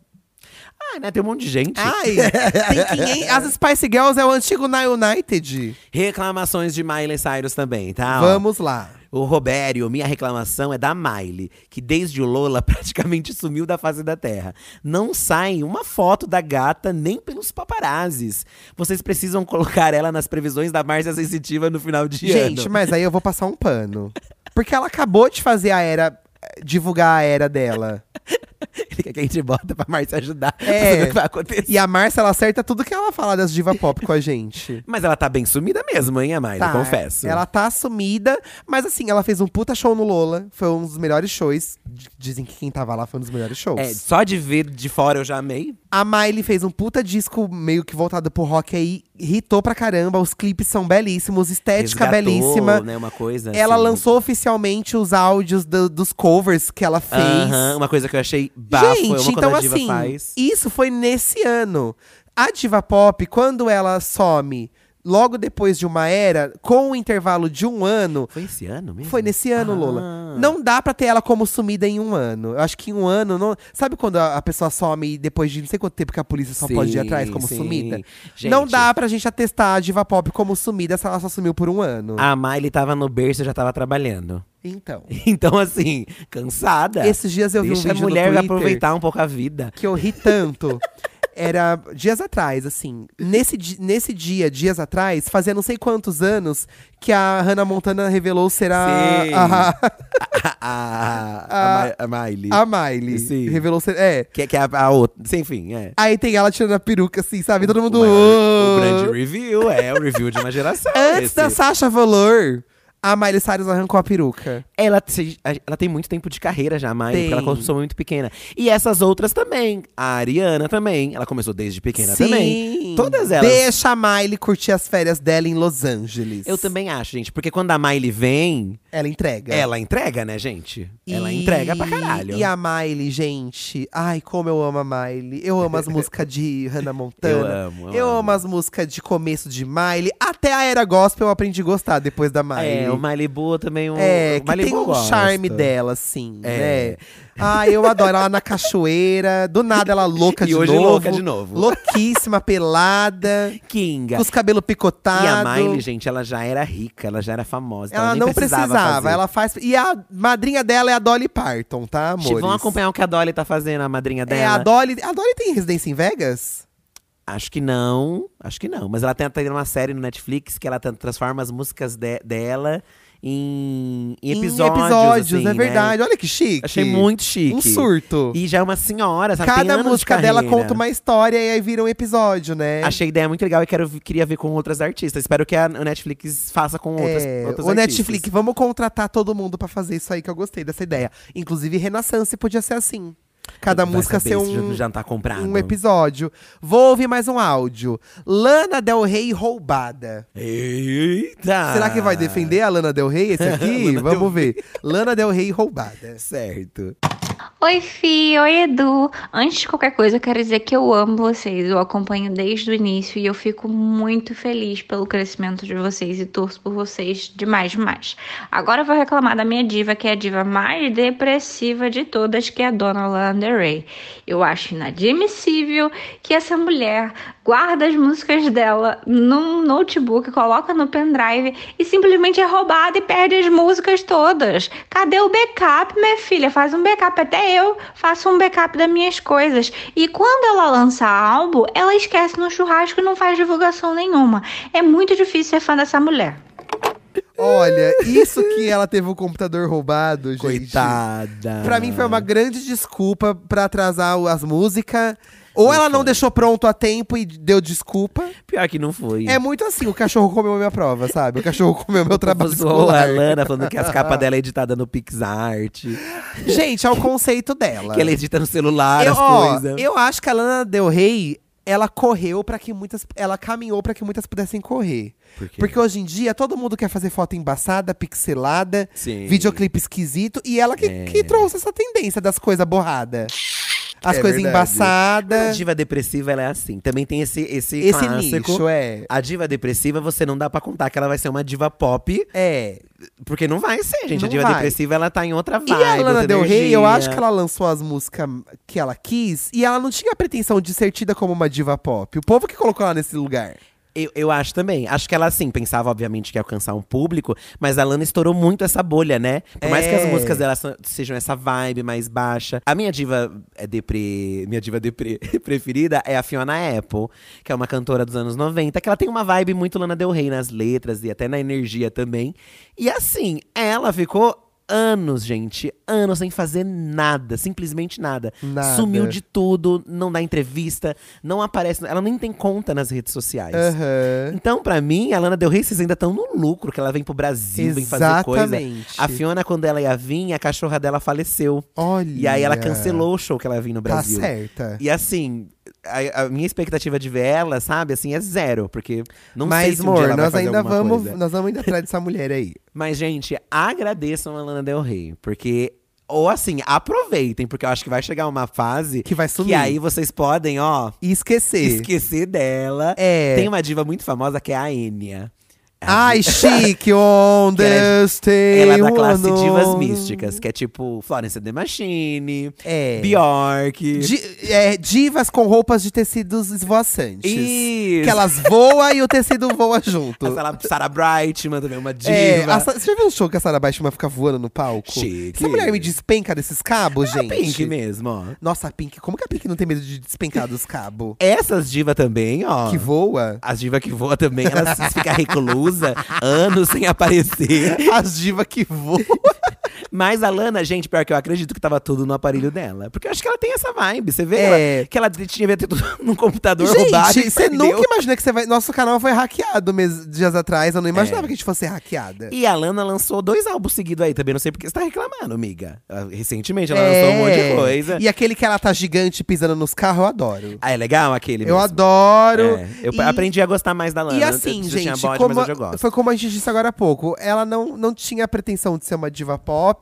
B: Ah, né? Tem um monte de gente.
A: Ai, tem 500 As Spice Girls é o antigo Na United.
B: Reclamações de Miley Cyrus também, tá? Ó,
A: Vamos lá.
B: O Robério, minha reclamação é da Miley, que desde o Lola praticamente sumiu da face da terra. Não sai uma foto da gata nem pelos paparazzis. Vocês precisam colocar ela nas previsões da Márcia Sensitiva no final de
A: Gente,
B: ano.
A: mas aí eu vou passar um pano. Porque ela acabou de fazer a era. divulgar a era dela.
B: Ele quer que a gente bota pra Márcia ajudar
A: É.
B: a saber o que tá vai acontecer.
A: E a Márcia, ela acerta tudo que ela fala das diva pop com a gente.
B: Mas ela tá bem sumida mesmo, hein, a Miley,
A: Tá,
B: confesso.
A: Ela tá sumida, mas assim, ela fez um puta show no Lola. Foi um dos melhores shows. D- Dizem que quem tava lá foi um dos melhores shows.
B: É, só de ver de fora eu já amei.
A: A Miley fez um puta disco meio que voltado pro rock aí, hitou pra caramba. Os clipes são belíssimos, estética
B: Resgatou,
A: belíssima.
B: Né, uma coisa
A: É Ela
B: assim.
A: lançou oficialmente os áudios do- dos covers que ela fez.
B: Aham, uma coisa que eu achei bafo, é uma
A: Gente,
B: coisa
A: então
B: que a diva
A: assim,
B: faz.
A: isso foi nesse ano. A diva pop, quando ela some logo depois de uma era, com o intervalo de um ano,
B: Foi esse ano mesmo?
A: foi nesse ano,
B: Ah.
A: Lola. Não dá pra ter ela como sumida em um ano. Eu acho que em um ano. Não... Sabe quando a, a pessoa some e depois de não sei quanto tempo que a polícia só pode ir
B: Sim,
A: atrás como
B: sim.
A: sumida?
B: Gente,
A: Não dá pra gente atestar a diva pop como sumida se ela só sumiu por um ano.
B: A Miley tava no berço e já tava trabalhando.
A: Então.
B: Então, assim, cansada.
A: Esses dias eu vi
B: Deixa
A: um vídeo
B: a mulher
A: no Twitter
B: aproveitar um pouco a vida.
A: que eu ri tanto. Era dias atrás, assim. Nesse, di- nesse dia, dias atrás, fazia não sei quantos anos que a Hannah Montana revelou ser a,
B: Sim.
A: a,
B: a, a, Ma- a Miley.
A: a Miley.
B: Sim.
A: Revelou ser. É.
B: Que, que é a, a outra. Sim, enfim, é.
A: Aí tem ela tirando a peruca, assim, sabe? Todo mundo.
B: O, maior- o grande
A: "Oh".
B: review, é o review de uma geração.
A: Antes
B: esse.
A: da Sasha Valor, a Miley Cyrus arrancou a peruca.
B: Ela, se- ela tem muito tempo de carreira já, a Miley, porque ela
A: Tem.
B: começou muito pequena. E essas outras também. A Ariana também. Ela começou desde pequena também. Todas elas.
A: Deixa a Miley curtir as férias dela em Los Angeles.
B: Eu também acho, gente. Porque quando a Miley vem,
A: Ela entrega.
B: ela entrega, né, gente? Ela
A: É. E-
B: entrega pra caralho.
A: E a Miley, gente. Ai, como eu amo a Miley. Eu amo as músicas de Hannah Montana.
B: Eu amo, eu
A: amo.
B: amo.
A: as músicas de começo de Miley. Até a era gospel eu aprendi a gostar depois da Miley.
B: É, o Miley Boa também. Um,
A: É,
B: o
A: que
B: Miley
A: tem
B: Boa
A: um
B: eu gosto.
A: charme dela, assim, né?
B: É.
A: Ai, eu adoro ela na cachoeira. Do nada ela louca
B: E
A: de
B: hoje
A: novo.
B: louca de novo.
A: Louquíssima, pelada,
B: Kinga.
A: com os cabelos picotados.
B: E a Miley, gente, ela já era rica, ela já era famosa. então
A: Ela
B: nem
A: não precisava,
B: fazer.
A: ela faz. E a madrinha dela é a Dolly Parton, tá,
B: Tipo,
A: amor?
B: Vamos acompanhar o que a Dolly tá fazendo, a madrinha dela.
A: É, a Dolly. A Dolly tem residência em Vegas?
B: Acho que não, acho que não. Mas ela tem até uma série no Netflix que ela tra- transforma as músicas de- dela em, em episódios.
A: em episódios,
B: assim,
A: é
B: né?
A: verdade. Olha que chique.
B: Achei muito chique.
A: Um surto.
B: E já é uma senhora, sabe? tem
A: Cada
B: anos de
A: música dela
B: carreira.
A: conta uma história e aí vira um episódio, né?
B: Achei a ideia muito legal e quero, queria ver com outras artistas. Espero que a o Netflix faça com outras,
A: É,
B: outras
A: o
B: artistas.
A: Netflix, vamos contratar todo mundo pra fazer isso aí, que eu gostei dessa ideia. Inclusive, Renaissance podia ser assim. Cada
B: Vai
A: música
B: saber
A: ser
B: se
A: um,
B: Já não tá comprado.
A: um episódio. Vou ouvir mais um áudio. Lana Del Rey roubada.
B: Eita!
A: Será que vai defender a Lana Del Rey esse aqui?
B: Ah. Lana Del
A: vamos ver. Lana Del Rey roubada.
B: Certo.
G: Oi, Fi, oi, Edu. Antes de qualquer coisa, eu quero dizer que eu amo vocês. Eu acompanho desde o início e eu fico muito feliz pelo crescimento de vocês e torço por vocês demais, demais. Agora eu vou reclamar da minha diva, que é a diva mais depressiva de todas, que é a Dona Lana Del Rey. Eu acho inadmissível que essa mulher guarda as músicas dela num notebook, coloca no pendrive e simplesmente é roubada e perde as músicas todas. Cadê o backup, minha filha? Faz um backup. Até eu faço um backup das minhas coisas. E quando ela lança álbum, ela esquece no churrasco e não faz divulgação nenhuma. É muito difícil ser fã dessa mulher.
A: Olha, isso que ela teve o computador roubado, gente.
B: Coitada.
A: Pra mim foi uma grande desculpa pra atrasar o- as músicas. Ou ela não deixou pronto a tempo e deu desculpa.
B: Pior que não foi.
A: É muito assim, o cachorro comeu a minha prova, sabe? O cachorro comeu meu trabalho
B: Tipo, Zoou a
A: escolar.
B: Lana falando que as capas dela é editada no PixArt.
A: Gente, é o conceito dela.
B: Que ela edita no celular
A: eu,
B: as
A: ó,
B: coisas.
A: eu acho que a Lana Del Rey, ela correu pra que muitas, ela caminhou pra que muitas pudessem correr.
B: Por quê?
A: Porque hoje em dia todo mundo quer fazer foto embaçada, pixelada,
B: Sim.
A: videoclipe esquisito e ela que,
B: É.
A: que trouxe essa tendência das coisas borradas. As
B: É
A: coisas
B: verdade. A
A: embaçadas,
B: diva depressiva, ela é assim. Também tem esse, esse,
A: esse
B: clássico.
A: nicho é.
B: A diva depressiva, você não dá pra contar que ela vai ser uma diva pop,
A: É.
B: porque não vai ser, gente. a
A: Não
B: diva
A: vai.
B: depressiva, ela tá em outra
A: E
B: vibe.
A: a Lana
B: outra
A: Del Rey, eu
B: energia.
A: acho que ela lançou as músicas que ela quis e ela não tinha pretensão de ser tida como uma diva pop. O povo que colocou ela nesse lugar.
B: Eu, eu acho também. Acho que ela, assim, pensava, obviamente, que ia alcançar um público, mas a Lana estourou muito essa bolha, né? Por mais que as
A: É.
B: músicas dela se- sejam essa vibe mais baixa. A minha diva é deprê, minha diva deprê preferida é a Fiona Apple, que é uma cantora dos anos 90, que ela tem uma vibe muito Lana Del Rey nas letras e até na energia também. E assim, ela ficou. Anos, gente, anos sem fazer nada, simplesmente nada.
A: Nada.
B: Sumiu de tudo, não dá entrevista, não aparece, ela nem tem conta nas redes sociais.
A: Aham.
B: Então, pra mim, a Lana Del Rey, vocês ainda estão no lucro, que ela vem pro Brasil, vem fazer coisa.
A: Exatamente.
B: A Fiona, quando ela ia vir, a cachorra dela faleceu.
A: Olha.
B: E aí ela cancelou o show que ela ia vir no Brasil.
A: Tá certa.
B: E assim, a, a minha expectativa de ver ela, sabe, assim, é zero. Porque não sei
A: Mas,
B: se um dia
A: amor,
B: ela vai
A: nós
B: fazer
A: ainda
B: alguma
A: vamos,
B: coisa.
A: nós vamos ainda atrás dessa mulher aí.
B: Mas, gente, agradeçam a Lana Del Rey, porque. Ou assim, aproveitem, porque eu acho que vai chegar uma fase
A: Que vai sumir.
B: que aí vocês podem, ó,
A: E esquecer.
B: esquecer dela.
A: É. Ah,
B: Tem uma diva muito famosa que é a Enya.
A: Ai, chique, on
B: Que ela
A: the stage.
B: Ela é da classe
A: oh, no.
B: divas místicas, que é tipo Florence and the Machine,
A: É.
B: Bjork.
A: Di- é, divas com roupas de tecidos esvoaçantes.
B: Isso.
A: Que elas voam e o tecido voa junto.
B: a Sarah- Sarah Brightman também, é uma diva.
A: É, a Sa- você já viu um show que a Sarah Baixman fica voando no palco?
B: Chique.
A: Essa mulher me despenca desses cabos,
B: a
A: gente.
B: Pink mesmo, ó.
A: Nossa, a Pink, como que a Pink não tem medo de despencar dos cabos?
B: Essas divas também, ó.
A: Que voa?
B: As divas que voam também, elas ficam reclusa, anos sem aparecer.
A: As divas que voam.
B: Mas a Lana, gente, pior que eu acredito que tava tudo no aparelho dela. Porque eu acho que ela tem essa vibe. Você vê
A: É.
B: ela- que ela tinha devia ter tudo num computador roubado.
A: Gente,
B: e
A: você
B: perdeu.
A: nunca imagina que você vai. Nosso canal foi hackeado mes- dias atrás. Eu não
B: É.
A: imaginava que a gente fosse hackeada.
B: E a Lana lançou dois álbuns seguidos aí também. Não sei porque você tá reclamando, amiga. Ela- Recentemente ela
A: É.
B: lançou um monte de coisa.
A: E aquele que ela tá gigante pisando nos carros, eu adoro.
B: Ah, é legal aquele
A: Eu
B: mesmo.
A: adoro.
B: É, eu
A: E-
B: aprendi a gostar mais da Lana.
A: E
B: Eu-
A: assim,
B: eu tinha
A: gente,
B: bode,
A: como
B: mas hoje
A: a-
B: eu gosto.
A: foi como a gente disse agora há pouco. Ela não, não tinha a pretensão de ser uma diva pop.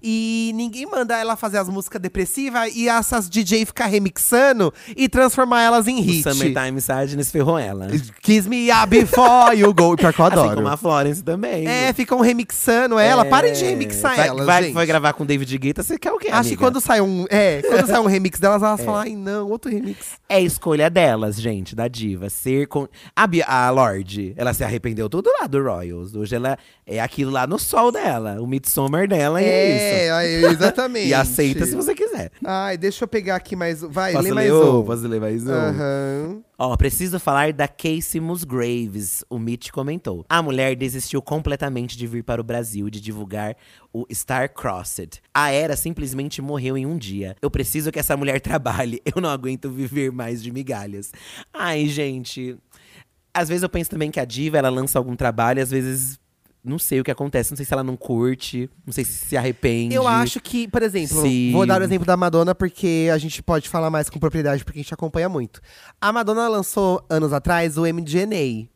A: E ninguém manda ela fazer as músicas depressivas e essas DJ ficar remixando e transformar elas em
B: O
A: hit.
B: Summertime Sadness ferrou ela.
A: Kiss me up before you go. Pior que eu adoro.
B: Assim como a Florence também. É,
A: É, ficam remixando ela. Parem de remixar
B: vai,
A: ela,
B: vai,
A: gente.
B: Vai gravar com o David Guetta, você quer o quê,
A: Acho que
B: amiga?
A: quando sai um, é, quando sai um remix delas, elas falam, ai não, outro remix.
B: É escolha delas, gente, da diva. Ser com. A, Bi- a Lorde, ela se arrependeu tudo lá do Royals. Hoje ela é aquilo lá no sol dela. O Midsummer dela e é, isso.
A: ai, exatamente.
B: E aceita se você quiser.
A: Ai, deixa eu pegar aqui mais um. Vai,
B: Posso
A: lê mais
B: ler um?
A: um.
B: Posso ler mais um?
A: Aham.
B: Ó, preciso falar da Casey Musgraves, o Mitch comentou. A mulher desistiu completamente de vir para o Brasil e de divulgar o Star Crossed. A era simplesmente morreu em um dia. Eu preciso que essa mulher trabalhe. Eu não aguento viver mais de migalhas. Ai, gente. Às vezes eu penso também que a diva, ela lança algum trabalho, e às vezes não sei o que acontece, não sei se ela não curte, não sei se se arrepende.
A: Eu acho que, por exemplo,
B: Sim.
A: vou dar o exemplo da Madonna, porque a gente pode falar mais com propriedade, porque a gente acompanha muito. A Madonna lançou anos atrás o MDNA,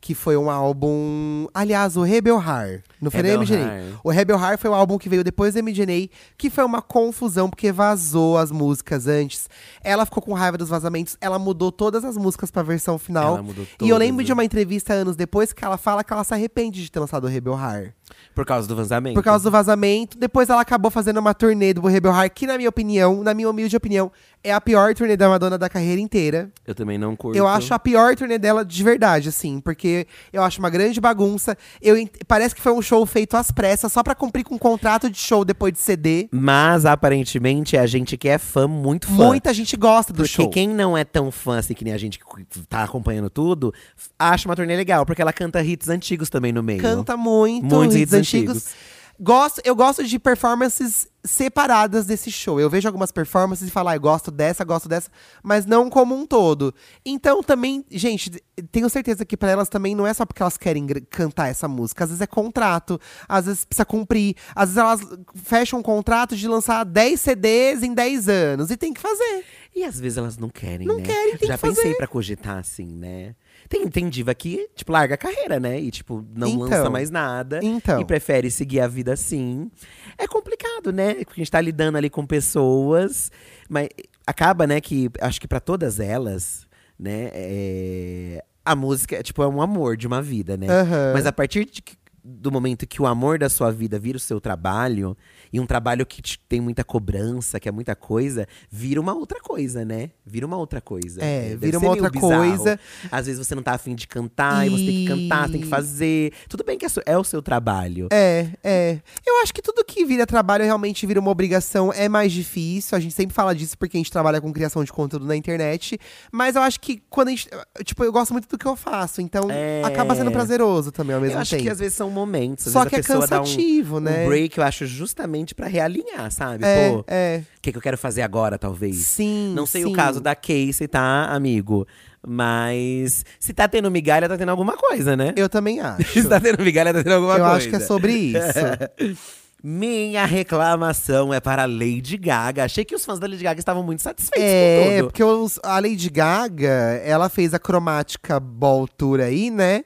A: que foi um álbum. Aliás, o Rebel Heart. Não foi nem
B: Rebel
A: MDNA.
B: Heart.
A: O Rebel Heart foi o álbum que veio depois do MDNA, que foi uma confusão, porque vazou as músicas antes. Ela ficou com raiva dos vazamentos, ela mudou todas as músicas pra versão final.
B: Ela mudou
A: e eu lembro
B: todas, né?
A: de uma entrevista anos depois que ela fala que ela se arrepende de ter lançado o Rebel Heart.
B: Por causa do vazamento.
A: Por causa do vazamento. Depois ela acabou fazendo uma turnê do Rebel Heart, que na minha opinião, na minha humilde opinião, é a pior turnê da Madonna da carreira inteira.
B: Eu também não curto.
A: Eu acho a pior turnê dela de verdade, assim, porque eu acho uma grande bagunça. Eu ent- parece que foi um show feito às pressas, só pra cumprir com um contrato de show depois de CD.
B: Mas aparentemente é a gente que é fã, muito fã.
A: Muita gente gosta do
B: Porque
A: show.
B: quem não é tão fã assim que nem a gente que cu- tá acompanhando tudo, f- acha uma turnê legal, porque ela canta hits antigos também no meio.
A: canta muito,
B: Muitos
A: hits
B: hits
A: antigos.
B: antigos.
A: Gosto, eu gosto de performances separadas desse show. Eu vejo algumas performances e falo, ah, eu gosto dessa, gosto dessa, mas não como um todo. Então também, gente, d- tenho certeza que pra elas também não é só porque elas querem gr- cantar essa música. Às vezes é contrato, às vezes precisa cumprir, às vezes elas fecham um contrato de lançar 10 CDs em 10 anos e tem que fazer.
B: E às vezes elas não querem,
A: Não
B: né?
A: querem, tem
B: Já
A: que
B: pensei
A: fazer.
B: pra cogitar assim, né? Tem, tem diva que, tipo, larga a carreira, né? E, tipo, não
A: Então.
B: lança mais nada.
A: Então.
B: É. E prefere seguir a vida assim. É complicado, né? Porque a gente tá lidando ali com pessoas. Mas acaba, né, que acho que pra todas elas, né, é, a música é, tipo, é um amor de uma vida, né?
A: Aham.
B: Mas a partir de que- do momento que o amor da sua vida vira o seu trabalho, e um trabalho que te- tem muita cobrança, que é muita coisa, vira uma outra coisa, né? Vira uma outra coisa.
A: É,
B: Deve
A: vira
B: ser
A: uma
B: meio
A: outra
B: bizarro.
A: coisa.
B: Às vezes você não tá afim de cantar, e você tem que cantar, você tem que
A: E-
B: fazer. Tudo bem que é su- é o seu trabalho.
A: É, é. Eu acho que tudo que vira trabalho realmente vira uma obrigação, é mais difícil. A gente sempre fala disso porque a gente trabalha com criação de conteúdo na internet. Mas eu acho que quando a gente. Tipo, eu gosto muito do que eu faço, então
B: É.
A: acaba sendo prazeroso também É, ao mesmo
B: eu acho
A: tempo.
B: que às vezes são momentos. às
A: Só
B: vezes
A: que
B: a
A: é
B: pessoa dá um-
A: cansativo, né?
B: Um break, eu acho, justamente pra realinhar, sabe?
A: é,
B: Pô,
A: é.
B: o que, que eu quero fazer agora, talvez?
A: Sim.
B: Não sei
A: sim.
B: o caso da Casey, tá, amigo? Mas se tá tendo migalha, tá tendo alguma coisa, né?
A: Eu também acho.
B: Se tá tendo migalha, tá tendo alguma
A: eu é
B: coisa.
A: acho que é sobre isso.
B: Minha reclamação é para Lady Gaga. Achei que os fãs da Lady Gaga estavam muito satisfeitos com
A: É,
B: tudo.
A: porque os- a Lady Gaga, ela fez a cromática Ball Tour aí, né?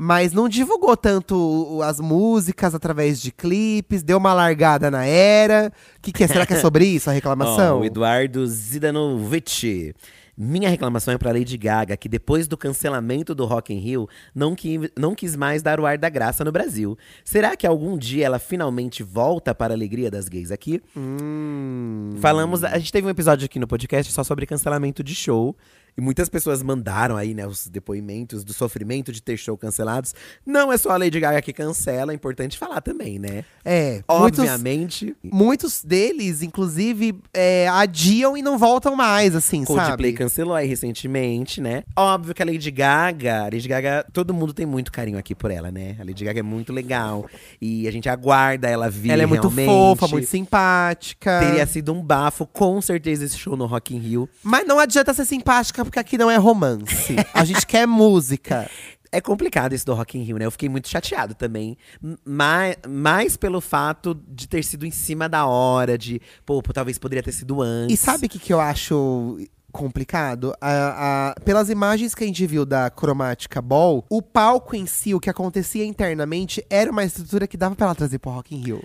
A: Mas não divulgou tanto o- as músicas através de clipes, deu uma largada na era. O que, que é? Será que é sobre isso a reclamação?
B: Ó, o Eduardo Zidanovic. Minha reclamação é pra Lady Gaga, que depois do cancelamento do Rock in Rio, não, qui- não quis mais dar o ar da graça no Brasil. Será que algum dia ela finalmente volta para a alegria das gays aqui?
A: Hum.
B: Falamos, a gente teve um episódio aqui no podcast só sobre cancelamento de show. E muitas pessoas mandaram aí, né, os depoimentos do sofrimento de ter show cancelados. Não é só a Lady Gaga que cancela, é importante falar também, né?
A: É, muitos,
B: Obviamente,
A: muitos deles, inclusive, é, adiam e não voltam mais, assim,
B: Coldplay
A: sabe?
B: cancelou aí recentemente, né? Óbvio que a Lady Gaga, a Lady Gaga, todo mundo tem muito carinho aqui por ela, né? A Lady Gaga é muito legal e a gente aguarda ela vir
A: Ela é muito
B: realmente.
A: fofa, muito Ah. simpática.
B: Teria sido um bafo, com certeza, esse show no Rock in Rio.
A: Mas não adianta ser simpática, porque aqui não é romance. a gente quer música.
B: É complicado isso do Rock in Rio, né? Eu fiquei muito chateado também. Mas, mais pelo fato de ter sido em cima da hora, de… Pô, pô, talvez poderia ter sido antes.
A: E sabe o que, que eu acho complicado? A- a- pelas imagens que a gente viu da cromática Ball, o palco em si, o que acontecia internamente, era uma estrutura que dava pra ela trazer pro Rock in Rio.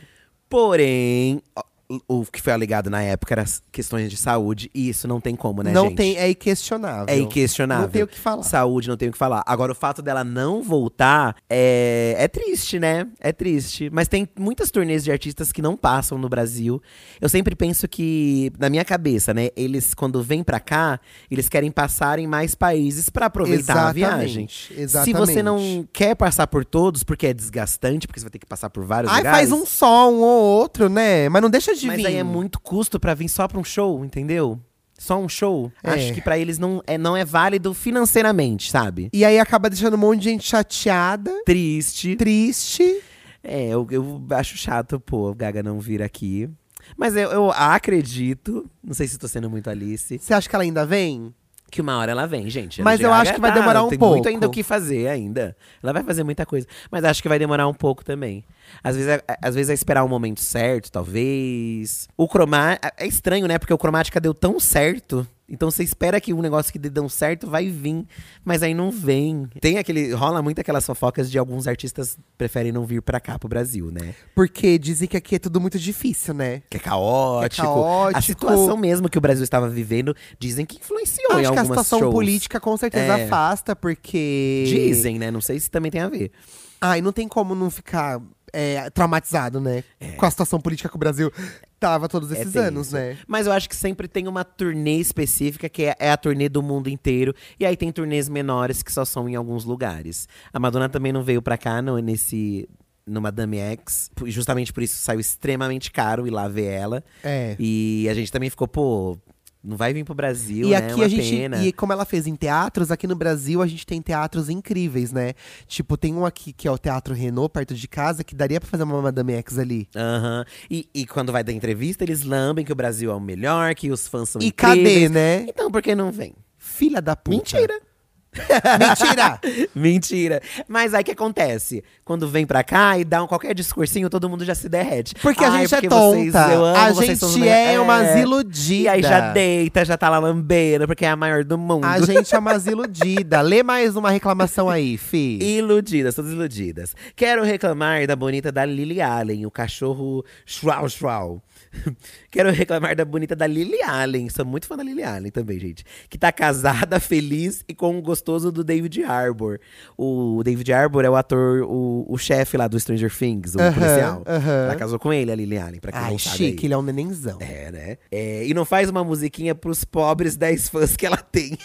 B: Porém… ó, O o que foi alegado na época eram as questões de saúde, e isso não tem como, né,
A: não
B: gente?
A: tem, é inquestionável.
B: É inquestionável.
A: Não tem o que falar.
B: Saúde, não tem o que falar. Agora, o fato dela não voltar é, é triste, né? É triste. Mas tem muitas turnês de artistas que não passam no Brasil. Eu sempre penso que, na minha cabeça, né? Eles, quando vêm pra cá, eles querem passar em mais países pra aproveitar a viagem.
A: Exatamente.
B: Se você não quer passar por todos, porque é desgastante, porque você vai ter que passar por vários
A: Ai,
B: lugares.
A: faz um som um ou outro, né? Mas não deixa de
B: Mas
A: vir.
B: aí é muito custo pra vir só pra um show, entendeu? Só um show.
A: É.
B: Acho que pra eles não é, não é válido financeiramente, sabe?
A: E aí acaba deixando um monte de gente chateada,
B: Triste.
A: triste.
B: É, eu, eu acho chato, pô, o Gaga não vir aqui. Mas eu, eu acredito, não sei se tô sendo muito Alice,
A: Você acha que ela ainda vem?
B: que uma hora ela vem, gente. A
A: Mas
B: Lady
A: eu
B: Gaga
A: acho que vai
B: tá-
A: demorar um
B: tem
A: pouco.
B: muito ainda o que fazer ainda. Ela vai fazer muita coisa. Mas acho que vai demorar um pouco também. Às vezes é, às vezes é esperar o momento certo, talvez. O cromá… É estranho, né? Porque o cromática deu tão certo… Então você espera que um negócio que dê tão certo vai vir, mas aí não vem. Tem aquele. Rola muito aquelas fofocas de alguns artistas preferem não vir pra cá, pro Brasil, né?
A: Porque dizem que aqui é tudo muito difícil, né?
B: Que é caótico.
A: Que é caótico.
B: A situação mesmo que o Brasil estava vivendo, dizem que influenciou em
A: Acho que a
B: algumas
A: situação
B: shows.
A: política com certeza
B: É.
A: afasta, porque.
B: Dizem, né? Não sei se também tem a ver.
A: Ai, não tem como não ficar é, traumatizado, né? Com a situação política que o Brasil tava todos
B: É
A: esses
B: tenso.
A: anos, né?
B: Mas eu acho que sempre tem uma turnê específica, que é, é a turnê do mundo inteiro. E aí tem turnês menores que só são em alguns lugares. A Madonna também não veio pra cá no, nesse, no Madame X. e Justamente por isso saiu extremamente caro ir lá ver ela.
A: É.
B: E a gente também ficou, pô, não vai vir pro Brasil,
A: E
B: né?
A: aqui
B: Uma
A: a gente.
B: pena.
A: E como ela fez em teatros, aqui no Brasil a gente tem teatros incríveis, né? Tipo, tem um aqui que é o Teatro Renault, perto de casa, que daria pra fazer uma Madame X ali.
B: Aham. E, e quando vai dar entrevista, eles lambem que o Brasil é o melhor, que os fãs são
A: E cadê,
B: incríveis.
A: né?
B: Então por que não vem?
A: Filha da puta.
B: Mentira.
A: Mentira!
B: Mentira. Mas aí o que acontece? Quando vem pra cá e dá um qualquer discursinho, todo mundo já se derrete.
A: Porque
B: Ai,
A: a gente é
B: porque
A: tonta.
B: vocês- eu amo,
A: a
B: vocês
A: gente
B: são os melhores.
A: é umas iludidas.
B: E aí já deita, já tá lá lambeira, porque é a maior do mundo.
A: A gente é umas iludidas. Lê mais uma reclamação aí, fi.
B: Iludidas, todas iludidas. Quero reclamar da bonita da Lily Allen, o cachorro Schwau Schwau. Quero reclamar da bonita da Lily Allen. Sou muito fã da Lily Allen também, gente. Que tá casada, feliz e com o gostoso do David Harbour. O David Harbour é o ator, o, o chefe lá do Stranger Things, o
A: Aham,
B: policial.
A: aham.
B: Ela casou com ele, a Lily Allen, pra quem
A: Ai,
B: não sabe. aí.
A: chique, ele é um nenenzão.
B: Ah, É, né? É, e não faz uma musiquinha pros pobres 10 fãs que ela tem.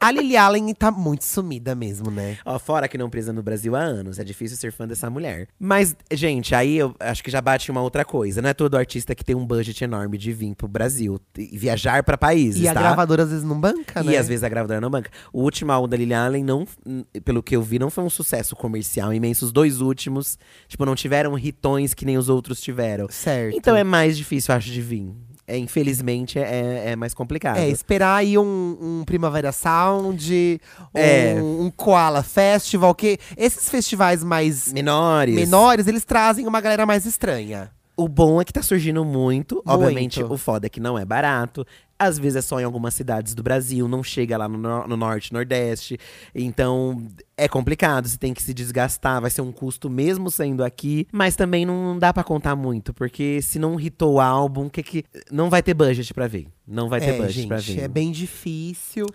A: A Lily Allen tá muito sumida mesmo, né?
B: Ó, fora que não presa no Brasil há anos, é difícil ser fã dessa mulher. Mas, gente, aí eu acho que já bate uma outra coisa. Não é todo artista que tem um budget enorme de vir pro Brasil e viajar pra países,
A: E a
B: tá?
A: gravadora às vezes não banca, né?
B: E às vezes a gravadora não banca. O último álbum da Lily Allen, não, n- pelo que eu vi, não foi um sucesso comercial imenso. Os dois últimos, tipo, não tiveram hitões que nem os outros tiveram.
A: Certo.
B: Então é mais difícil, acho, de vir. é, infelizmente, é, é mais complicado.
A: É, esperar aí um, um Primavera Sound, um,
B: É.
A: um Koala Festival, que esses festivais mais
B: Menores.
A: menores, eles trazem uma galera mais estranha.
B: O bom é que tá surgindo muito. Obviamente,
A: Muito.
B: o foda é que não é barato. Às vezes é só em algumas cidades do Brasil, não chega lá no, no- no norte, nordeste. Então é complicado, você tem que se desgastar, vai ser um custo mesmo sendo aqui. Mas também não dá pra contar muito, porque se não hitou o álbum, que que. Não vai ter budget pra ver. Não vai ter
A: é,
B: budget
A: gente,
B: pra ver.
A: é bem difícil.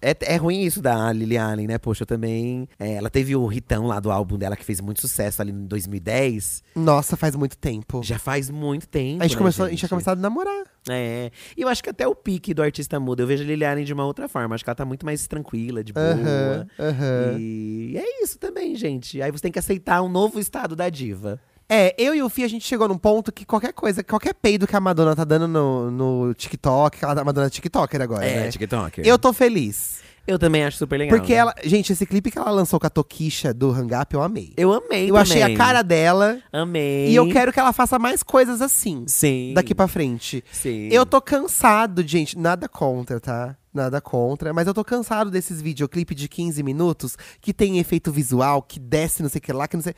B: É, é ruim isso da Lily Allen, né? Poxa, eu também. é, ela teve o hitão lá do álbum dela, que fez muito sucesso ali em 2010.
A: Nossa, faz muito tempo.
B: Já faz muito tempo.
A: a, gente
B: né,
A: começou, a gente tinha
B: gente?
A: começado a namorar.
B: É. E eu acho que até o pique do artista muda. Eu vejo a Lily Allen de uma outra forma. Acho que ela tá muito mais tranquila, de boa.
A: Aham, aham.
B: E é isso também, gente. Aí você tem que aceitar um novo estado da diva.
A: É, eu e o Fih, a gente chegou num ponto que qualquer coisa, qualquer peido que a Madonna tá dando no, no TikTok, que ela tá- a Madonna é TikToker agora, né?
B: TikTok. Eu,
A: Eu tô feliz.
B: eu também acho super legal.
A: porque
B: né?
A: ela. Gente, esse clipe que ela lançou com a Tokisha do Hang Up, eu amei.
B: Eu amei
A: Eu achei a
B: também.
A: cara dela.
B: Amei.
A: E eu quero que ela faça mais coisas assim.
B: Sim.
A: Daqui pra frente.
B: Sim.
A: Eu tô cansado, gente. Nada contra, tá? Nada contra. Mas eu tô cansado desses videoclipes de 15 minutos que tem efeito visual, que desce não sei o que lá, que não sei.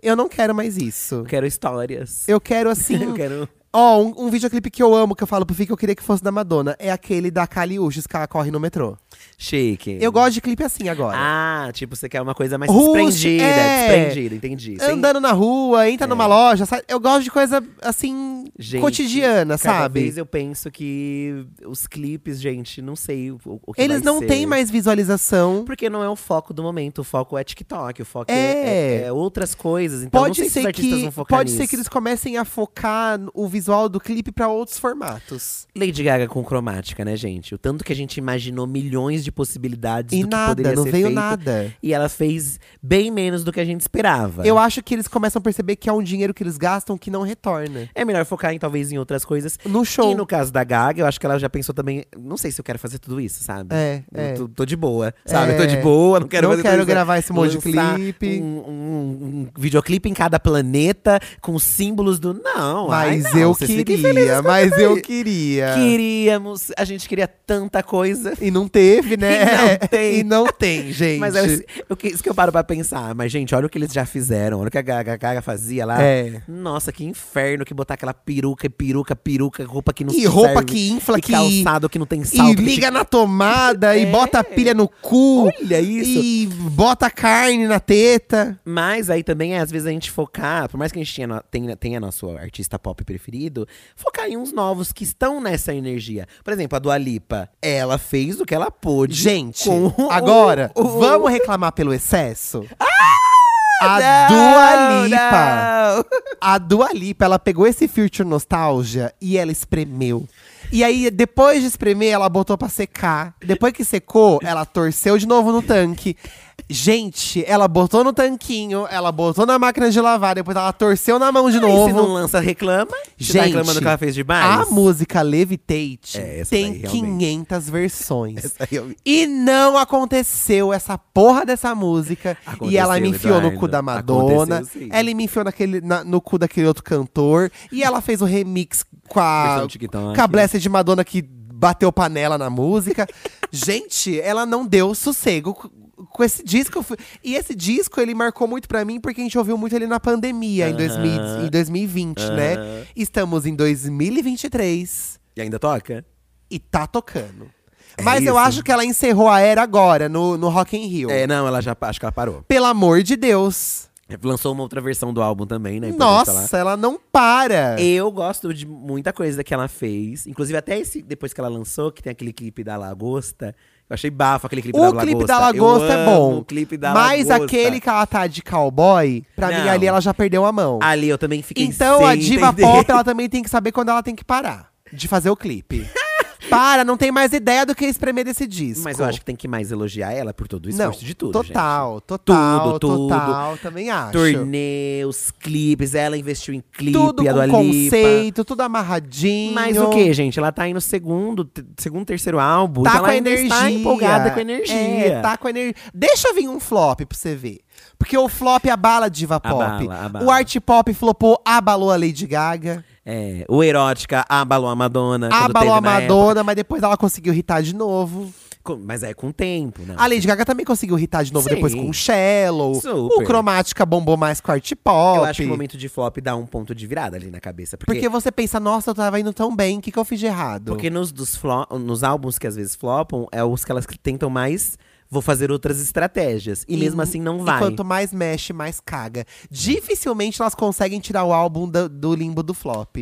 A: Eu não quero mais isso.
B: Eu quero histórias.
A: Eu quero assim.
B: Eu quero-
A: Ó, um, um videoclipe que eu amo, que eu falo pro Fih que eu queria que fosse da Madonna, é aquele da Kali Uchis, que ela corre no metrô.
B: Chique.
A: Eu gosto de clipe assim agora.
B: Ah, tipo, você quer uma coisa mais
A: Rústica,
B: desprendida.
A: é.
B: Desprendida, entendi. Sem-
A: Andando na rua, entra numa loja, sabe? Eu gosto de coisa assim,
B: É. Gente,
A: cotidiana,
B: Cada
A: sabe?
B: vez é eu penso que os clipes, gente, não sei o, o que
A: Eles
B: vai
A: não
B: ser.
A: têm mais visualização.
B: Porque não é o foco do momento, o foco é TikTok, o foco é,
A: É.
B: é- é outras coisas. Então não
A: Pode
B: sei se os
A: ser
B: artistas
A: que
B: vão focar
A: pode ser
B: nisso.
A: que eles comecem a focar no- o visual do clipe pra outros formatos.
B: Lady Gaga com cromática, né, gente? O tanto que a gente imaginou milhões de possibilidades
A: E
B: do que
A: nada,
B: poderia
A: não
B: ser
A: veio
B: feito,
A: nada.
B: E ela fez bem menos do que a gente esperava.
A: Eu acho que eles começam a perceber que é um dinheiro que eles gastam que não retorna.
B: É melhor focar em talvez em outras coisas.
A: No show.
B: E no caso da Gaga, eu acho que ela já pensou também. Não sei se eu quero fazer tudo isso, sabe?
A: É,
B: Eu
A: é.
B: Tô, tô de boa, sabe?
A: É.
B: Eu tô de boa, não quero
A: Não
B: fazer tudo
A: quero
B: isso.
A: gravar esse monte de
B: Lançar
A: clipe.
B: Um, um- um videoclipe em cada planeta com símbolos do. Não, ai,
A: mas
B: não,
A: eu
B: vocês fiquem felizes
A: queria,
B: com
A: mas
B: isso
A: eu
B: aí.
A: queria.
B: Queríamos, a gente queria tanta coisa.
A: E não teve, né?
B: E não tem.
A: E não tem, gente.
B: Mas é isso- o que- isso que eu paro pra pensar. Mas, gente, olha o que eles já fizeram. Olha o que a Gaga, a Gaga fazia lá.
A: É.
B: Nossa, que inferno que botar aquela peruca, e peruca, peruca, roupa que não
A: E roupa
B: serve,
A: que infla,
B: e
A: que-
B: calçado que não tem
A: E
B: salto. que
A: liga na tomada, e
B: É.
A: bota a pilha no cu.
B: Olha isso.
A: E bota carne na teta.
B: Mas aí também é, às vezes, a gente focar, por mais que a gente tenha, no- tenha, tenha nosso artista pop preferido, focar em uns novos que estão nessa energia. Por exemplo, a Dua Lipa. Ela fez o que ela pôde.
A: Gente,
B: com o-
A: agora,
B: o- o-
A: vamos reclamar pelo excesso? a
B: Não,
A: Dua Lipa.
B: não.
A: A Dua Lipa, ela pegou esse Future Nostalgia e ela espremeu. E aí, depois de espremer, ela botou pra secar. Depois que secou, ela torceu de novo no tanque. Gente, ela botou no tanquinho, ela botou na máquina de lavar, depois ela torceu na mão de
B: Aí, se
A: novo.
B: Ah, não lança, reclama. Você tá reclamando que ela fez demais?
A: A música Levitate
B: É, essa
A: tem
B: daí, realmente.
A: 500 versões.
B: Essa aí eu vi.
A: E não aconteceu essa porra dessa música. e
B: Aconteceu,
A: ela me enfiou no
B: Eduardo.
A: cu da Madonna.
B: Aconteceu, sim.
A: Ela me enfiou naquele, na- no cu daquele outro cantor. E ela fez o remix com a,
B: Versão do TikTok.
A: com a Blessed de Madonna que bateu panela na música. Gente, ela não deu sossego c- com esse disco. E esse disco, ele marcou muito pra mim, porque a gente ouviu muito ele na pandemia, em, 2000
B: Aham.
A: em 2020, né?
B: Aham.
A: Estamos em 2023
B: E ainda toca?
A: e tá tocando.
B: É
A: Mas eu
B: isso.
A: acho que ela encerrou a era agora, no, no Rock in Rio.
B: É, não, ela já acho que ela parou.
A: Pelo amor de Deus.
B: Lançou uma outra versão do álbum também, né? Importante falar.
A: Nossa, ela não para.
B: Eu gosto de muita coisa que ela fez. Inclusive, até esse, depois que ela lançou, que tem aquele clipe da Lagosta. Eu achei bafo aquele clipe da
A: o
B: Lagosta.
A: clipe da
B: Eu
A: Lagosta é
B: amo
A: bom.
B: O clipe da
A: mas
B: Lagosta.
A: aquele que ela tá de cowboy, pra mim
B: Não.
A: ali ela já perdeu a mão.
B: Ali eu também fiquei
A: então
B: sem
A: a diva
B: entender.
A: pop, ela também tem que saber quando ela tem que parar de fazer o clipe. para, não tem mais ideia do que espremer desse disco.
B: Mas eu acho que tem que mais elogiar ela por todo o
A: não,
B: esforço de tudo,
A: Total, total,
B: Tudo, tudo.
A: total. Também acho.
B: gente. Torneios, clipes, ela investiu em clipe,
A: tudo
B: a Dua
A: com
B: Lipa.
A: conceito, tudo amarradinho.
B: Mas o que, gente? Ela tá aí no segundo, te- segundo terceiro álbum.
A: Tá
B: então
A: com
B: ela
A: a
B: ainda
A: energia.
B: Está empolgada com a energia.
A: É, tá com a energia. Deixa vir um flop pra você ver. Porque o flop abala a diva pop.
B: Abala, abala.
A: O art pop flopou, abalou a Lady Gaga.
B: É, o Erótica abalou a Madonna. Ah, quando
A: Abalou a
B: teve na
A: Madonna, mas depois ela conseguiu irritar de novo.
B: época. Com- Mas é com o tempo, né?
A: A Lady Gaga também conseguiu irritar de novo
B: Sim.
A: depois com o Shallow.
B: Super.
A: O Cromática bombou mais com o Art Pop.
B: Eu acho que o momento de flop dá um ponto de virada ali na cabeça. Porque,
A: Porque você pensa, nossa, eu tava indo tão bem, o que, que eu fiz de errado?
B: porque nos, dos flo- nos álbuns que às vezes flopam, é os que elas que tentam mais. Vou fazer outras estratégias. E, mesmo assim não vai.
A: E quanto mais mexe, mais caga. Dificilmente elas conseguem tirar o álbum do, do limbo do flop.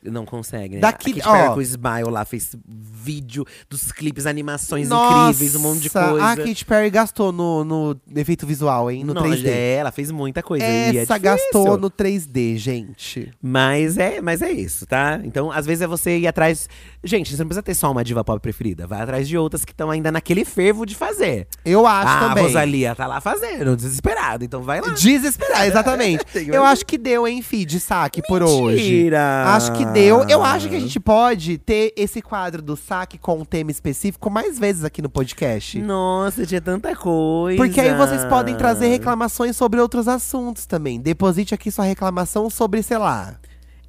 B: Não consegue, né?
A: Daqui-
B: a Katy Perry
A: ó.
B: com o Smile lá fez vídeo dos clipes, animações
A: Nossa, ah,
B: incríveis, um monte de coisa.
A: A Katy Perry gastou no, no efeito visual, hein? No
B: Nossa,
A: 3D.
B: é, ela fez muita coisa. e é
A: Essa
B: difícil.
A: gastou no 3D, gente.
B: Mas é, mas é isso, tá? Então, às vezes é você ir atrás. Gente, você não precisa ter só uma diva pop preferida. Vai atrás de outras que estão ainda naquele fervo de fazer.
A: Eu acho
B: ah,
A: também.
B: a Rosalia tá lá fazendo, desesperada. Então vai lá.
A: Desesperar, exatamente. Eu acho que deu, hein, Fih, de saque por hoje.
B: Mentira.
A: Acho que deu. Eu acho que a gente pode ter esse quadro do saque com um tema específico mais vezes aqui no podcast.
B: Nossa, tinha tanta coisa.
A: Porque aí vocês podem trazer
B: é.
A: reclamações sobre outros assuntos também. Deposite aqui sua reclamação sobre, sei lá,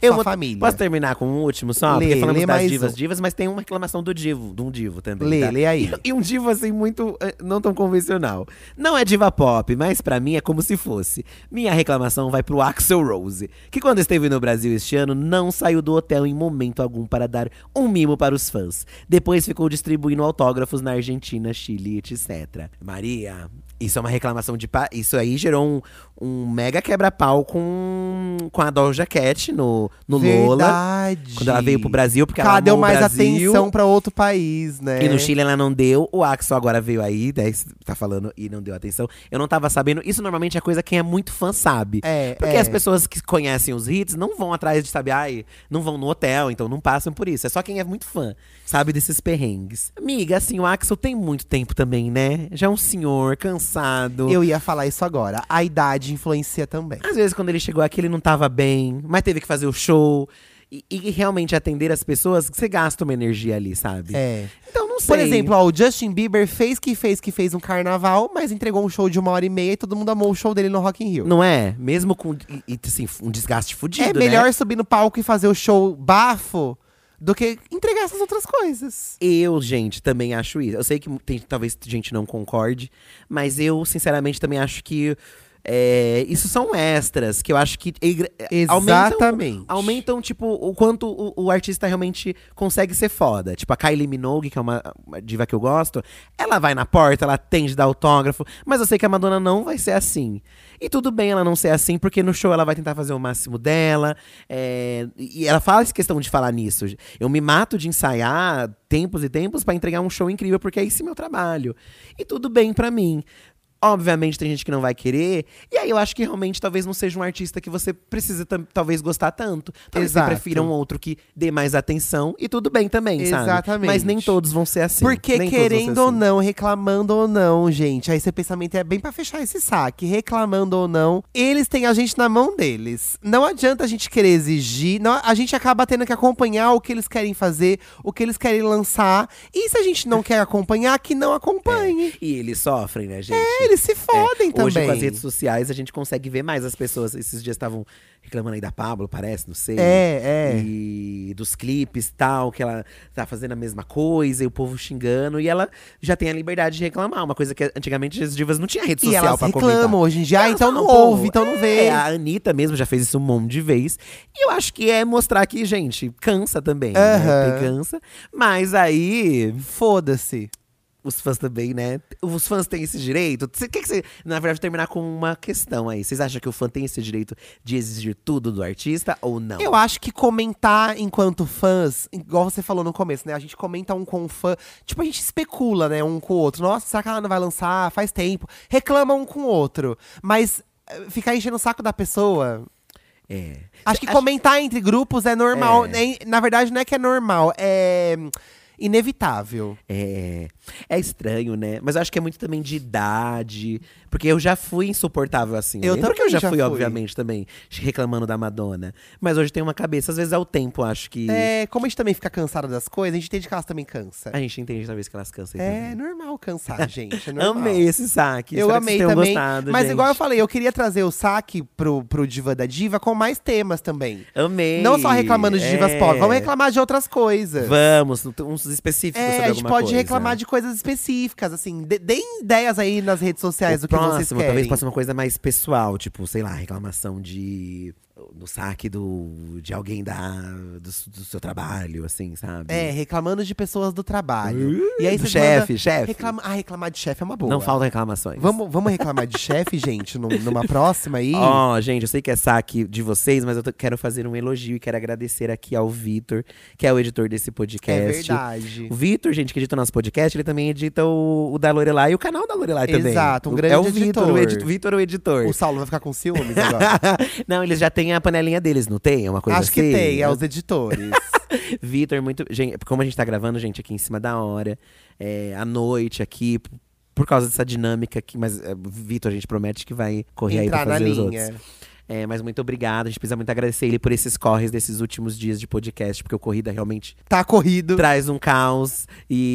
B: Eu
A: sua
B: vou-
A: família.
B: Posso terminar com um último só?
A: Lê,
B: Porque falamos
A: lê
B: das
A: mais
B: divas,
A: um.
B: divas, mas tem uma reclamação do divo, de um divo também.
A: Lê,
B: tá?
A: lê aí.
B: E um divo, assim, muito. eh, não tão convencional. Não é diva pop, mas pra mim é como se fosse. Minha reclamação vai pro Axel Rose, que quando esteve no Brasil este ano, não saiu do hotel em momento algum para dar um mimo para os fãs. Depois ficou distribuindo autógrafos na Argentina, Chile, etc. Maria. Isso é uma reclamação de. pa- Isso aí gerou um, um mega quebra-pau com, com a Doja Cat no, no Lola.
A: Verdade.
B: Quando ela veio pro Brasil, porque
A: Cara,
B: ela
A: deu
B: amou
A: mais
B: o Brasil.
A: atenção pra outro país, né?
B: E no Chile ela não deu, o Axel agora veio aí, né, isso tá falando e não deu atenção. Eu não tava sabendo, isso normalmente é coisa que quem é muito fã sabe.
A: É,
B: Porque
A: é.
B: as pessoas que conhecem os hits não vão atrás de saber, ai, não vão no hotel, então não passam por isso. É só quem é muito fã, sabe desses perrengues. Amiga, assim, o Axel tem muito tempo também, né? Já é um senhor, cansado.
A: Eu ia falar isso agora. A idade influencia também.
B: Às vezes, quando ele chegou aqui, ele não tava bem, mas teve que fazer o show. E, e realmente atender as pessoas, você gasta uma energia ali, sabe?
A: É.
B: Então não sei.
A: Por exemplo, ó, o Justin Bieber fez que fez que fez um carnaval, mas entregou um show de uma hora e meia e todo mundo amou o show dele no Rock in Rio.
B: Não é? Mesmo com e- e, assim, um desgaste fudido,
A: é melhor
B: né?
A: subir no palco e fazer o show bafo do que entregar essas outras coisas.
B: Eu, gente, também acho isso. Eu sei que tem, talvez gente não concorde, mas eu, sinceramente, também acho que é, isso são extras, que eu acho que egre-
A: Exatamente.
B: aumentam, aumentam, tipo, o quanto o, o artista realmente consegue ser foda. Tipo, a Kylie Minogue, que é uma, uma diva que eu gosto, ela vai na porta, ela atende, dá autógrafo, mas eu sei que a Madonna não vai ser assim. E tudo bem ela não ser assim, porque no show ela vai tentar fazer o máximo dela. é, e ela faz questão de falar nisso. Eu me mato de ensaiar tempos e tempos pra entregar um show incrível, porque é esse meu trabalho. E tudo bem pra mim. Obviamente tem gente que não vai querer. E aí eu acho que realmente talvez não seja um artista que você precisa tam- talvez gostar tanto. Talvez
A: Exato.
B: você prefira um outro que dê mais atenção. E tudo bem também, sabe?
A: Exatamente.
B: Mas nem todos vão ser assim.
A: Porque
B: Nem todos vão ser
A: querendo ou
B: assim.
A: não, reclamando ou não, gente, aí seu pensamento é bem pra fechar esse saque. Reclamando ou não, eles têm a gente na mão deles. Não adianta a gente querer exigir, não- a gente acaba tendo que acompanhar o que eles querem fazer, o que eles querem lançar. E se a gente não quer acompanhar, que não acompanhe.
B: E eles sofrem, né, gente?
A: É, Eles se fodem também.
B: É, Hoje, com as redes sociais, a gente consegue ver mais as pessoas. Esses dias estavam reclamando aí da Pablo, parece, não sei.
A: É, é.
B: E dos clipes e tal, que ela tá fazendo a mesma coisa, e o povo xingando. E ela já tem a liberdade de reclamar. Uma coisa que antigamente as divas não tinha rede
A: E
B: social
A: elas
B: pra
A: reclamam
B: comentar.
A: hoje em dia. Ah,
B: Elas
A: então não
B: falam, pô,
A: ouve, então não vê.
B: É, a Anitta mesmo já fez isso um monte de vez. E eu acho que é mostrar que, gente, cansa também. Né?
A: Aham.
B: Tem Cansa. Mas aí,
A: Foda-se.
B: os fãs também, né? Os fãs têm esse direito? Cê- que que cê- na verdade, terminar com uma questão aí. Vocês acham que o fã tem esse direito de exigir tudo do artista ou não?
A: Eu acho que comentar enquanto fãs, igual você falou no começo, né? A gente comenta um com o fã. Tipo, a gente especula, né? Um com o outro. Nossa, será que ela não vai lançar? Faz tempo. Reclama um com o outro. Mas eh, ficar enchendo o saco da pessoa.
B: É.
A: Acho que comentar entre grupos é normal.
B: É.
A: né? Na verdade, não é que é normal. É. inevitável.
B: É, é estranho, né? Mas eu acho que é muito também de idade. Porque eu já fui insuportável assim.
A: Eu
B: Lembra que eu
A: também
B: já,
A: já
B: fui,
A: fui.
B: obviamente, também, reclamando da Madonna. Mas hoje tem uma cabeça. Às vezes é o tempo, acho que.
A: É, como a gente também fica cansado das coisas, a gente entende que elas também cansa.
B: A gente entende talvez que elas cansem.
A: É
B: também.
A: normal cansar, gente. É normal.
B: Amei esse saque.
A: Eu
B: Espero que
A: amei
B: vocês tenham
A: também.
B: Gostado,
A: mas
B: gente.
A: igual eu falei, eu queria trazer o saque pro, pro Diva da Diva com mais temas também.
B: Amei.
A: Não só reclamando de divas
B: É.
A: pobres, vamos reclamar de outras coisas.
B: Vamos, uns específicos
A: É,
B: sobre
A: a gente
B: alguma
A: pode
B: coisa.
A: reclamar de coisas específicas, assim. de- deem ideias aí nas redes sociais
B: O
A: do que
B: próximo,
A: vocês querem.
B: talvez possa ser uma coisa mais pessoal, tipo, sei lá, reclamação de. do saque do, de alguém da, do, do seu trabalho, assim, sabe?
A: É, reclamando de pessoas do trabalho. e aí
B: Uh, do
A: vocês
B: chefe,
A: mandam-
B: chefe.
A: Reclama... Ah, reclamar de chefe é uma boa.
B: Não faltam reclamações.
A: Vamos, vamos reclamar de chefe, gente, num- numa próxima aí?
B: Ó, gente, eu sei que é saque de vocês, mas eu tô- quero fazer um elogio e quero agradecer aqui ao Vitor, que é o editor desse
A: é
B: podcast.
A: verdade.
B: O Vitor, gente, que edita o nosso podcast, ele também edita o, o da Lorelai e o canal da Lorelai também.
A: Exato, um
B: O-
A: grande
B: É o
A: editor.
B: Vitor, o edi- Vitor, o editor.
A: O Saulo vai ficar com ciúmes agora.
B: não, eles já têm a panelinha deles, não tem? É uma coisa
A: Acho que
B: assim?
A: tem, é os editores.
B: Vitor, muito. Gente, como a gente tá gravando, gente, aqui em cima da hora, é, à noite aqui, p- por causa dessa dinâmica aqui. Mas, é, Vitor, a gente promete que vai correr aí
A: Entrar na
B: pra fazer os
A: linha.
B: outros. É, mas muito obrigado. A gente precisa muito agradecer ele por esses corres desses últimos dias de podcast, porque o Corrida realmente
A: Tá corrido.
B: traz um caos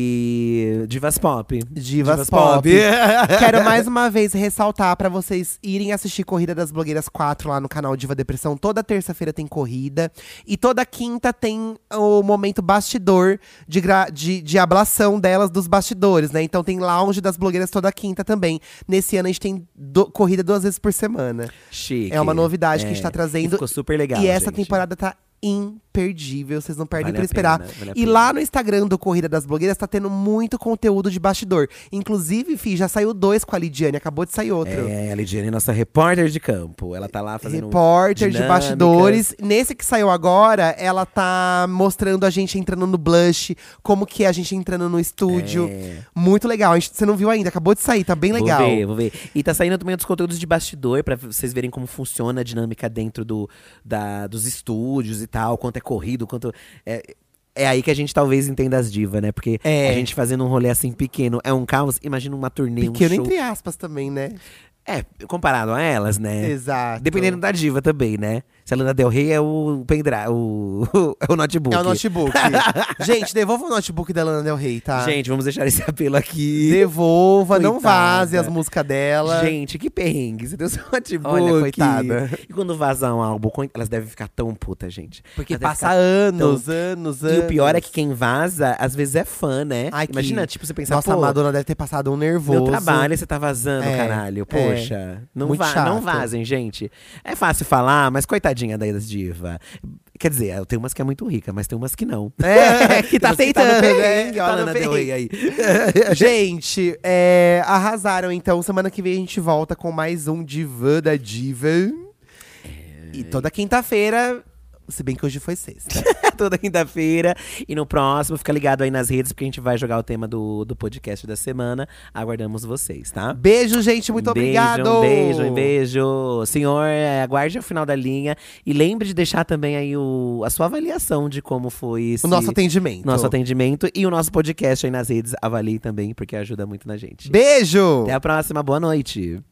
B: e. Divas pop.
A: Divas,
B: Divas
A: pop.
B: pop.
A: Quero mais uma vez ressaltar pra vocês irem assistir Corrida das Blogueiras 4 lá no canal Diva Depressão. Toda terça-feira tem corrida. E toda quinta tem o momento bastidor de, gra- de, de ablação delas dos bastidores, né? Então tem lounge das blogueiras toda quinta também. Nesse ano a gente tem do- corrida duas vezes por semana.
B: Chique.
A: É uma novidade que a
B: É,
A: gente tá
B: e
A: trazendo.
B: Ficou super legal.
A: E essa
B: gente.
A: temporada tá imperdível, vocês não perdem
B: Vale
A: por
B: a
A: esperar.
B: pena, vale a
A: e
B: pena.
A: lá no Instagram do Corrida das Blogueiras tá tendo muito conteúdo de bastidor. Inclusive, fi, já saiu dois com a Lidiane, acabou de sair outro.
B: É, a Lidiane, nossa repórter de campo. Ela tá lá fazendo.
A: Repórter de
B: dinâmicas.
A: bastidores. Nesse que saiu agora, ela tá mostrando a gente entrando no blush, como que é a gente entrando no estúdio. Muito legal. A gente, você não viu ainda, acabou de sair, tá bem legal.
B: É. Vou ver, vou ver. E tá saindo também outros conteúdos de bastidor, pra vocês verem como funciona a dinâmica dentro do, da, dos estúdios e tal, quanto é corrido, quanto. É, é aí que a gente talvez entenda as divas, né? Porque
A: É.
B: a gente fazendo um rolê assim pequeno é um caos. Imagina uma turnê,
A: Pequeno
B: um show.
A: entre aspas também, né?
B: É, comparado a elas, né?
A: Exato.
B: Dependendo da diva também, né? Se a Lana Del Rey é o pendrive, o, é o notebook.
A: É o notebook. gente, devolva o notebook da Lana Del Rey, tá?
B: Gente, vamos deixar esse apelo aqui.
A: Devolva, não
B: Coitada.
A: vaze as músicas dela.
B: Gente, que perrengue. Você deu seu notebook.
A: Olha, coitada.
B: E quando vazar um álbum, coi- elas devem ficar tão putas, gente.
A: porque
B: Elas devem
A: passa
B: ficar
A: anos, anos,
B: tão-
A: anos.
B: E o pior é que quem vaza, às vezes é fã, né?
A: Ai, que-
B: Imagina, tipo, você pensar,
A: Nossa, a
B: pô,
A: Madonna deve ter passado um nervoso.
B: meu trabalho, você tá vazando,
A: É,
B: caralho.
A: é.
B: Poxa, não,
A: Muito
B: va não
A: chato.
B: vazem, gente. É fácil falar, mas coitadinha da das diva. Quer dizer, tem umas que é muito rica, mas tem umas que não.
A: É, que tá
B: Tem umas
A: tentando,
B: É, no
A: né?
B: perrengue,
A: Tá
B: Olha
A: no
B: Ana Del Rey aí.
A: Gente, é, arrasaram. Então, semana que vem a gente volta com mais um Divã da Diva. E
B: É.
A: toda quinta-feira, se bem que hoje foi sexta.
B: toda quinta-feira. E no próximo, fica ligado aí nas redes, porque a gente vai jogar o tema do, do podcast da semana. Aguardamos vocês, tá?
A: Beijo, gente. Muito
B: Um beijo,
A: obrigado.
B: Um beijo, um beijo. Senhor, é, aguarde o final da linha. E lembre de deixar também aí o, a sua avaliação de como foi esse
A: O nosso atendimento.
B: nosso atendimento. E o nosso podcast aí nas redes. Avalie também, porque ajuda muito na gente.
A: Beijo!
B: Até a próxima. Boa noite.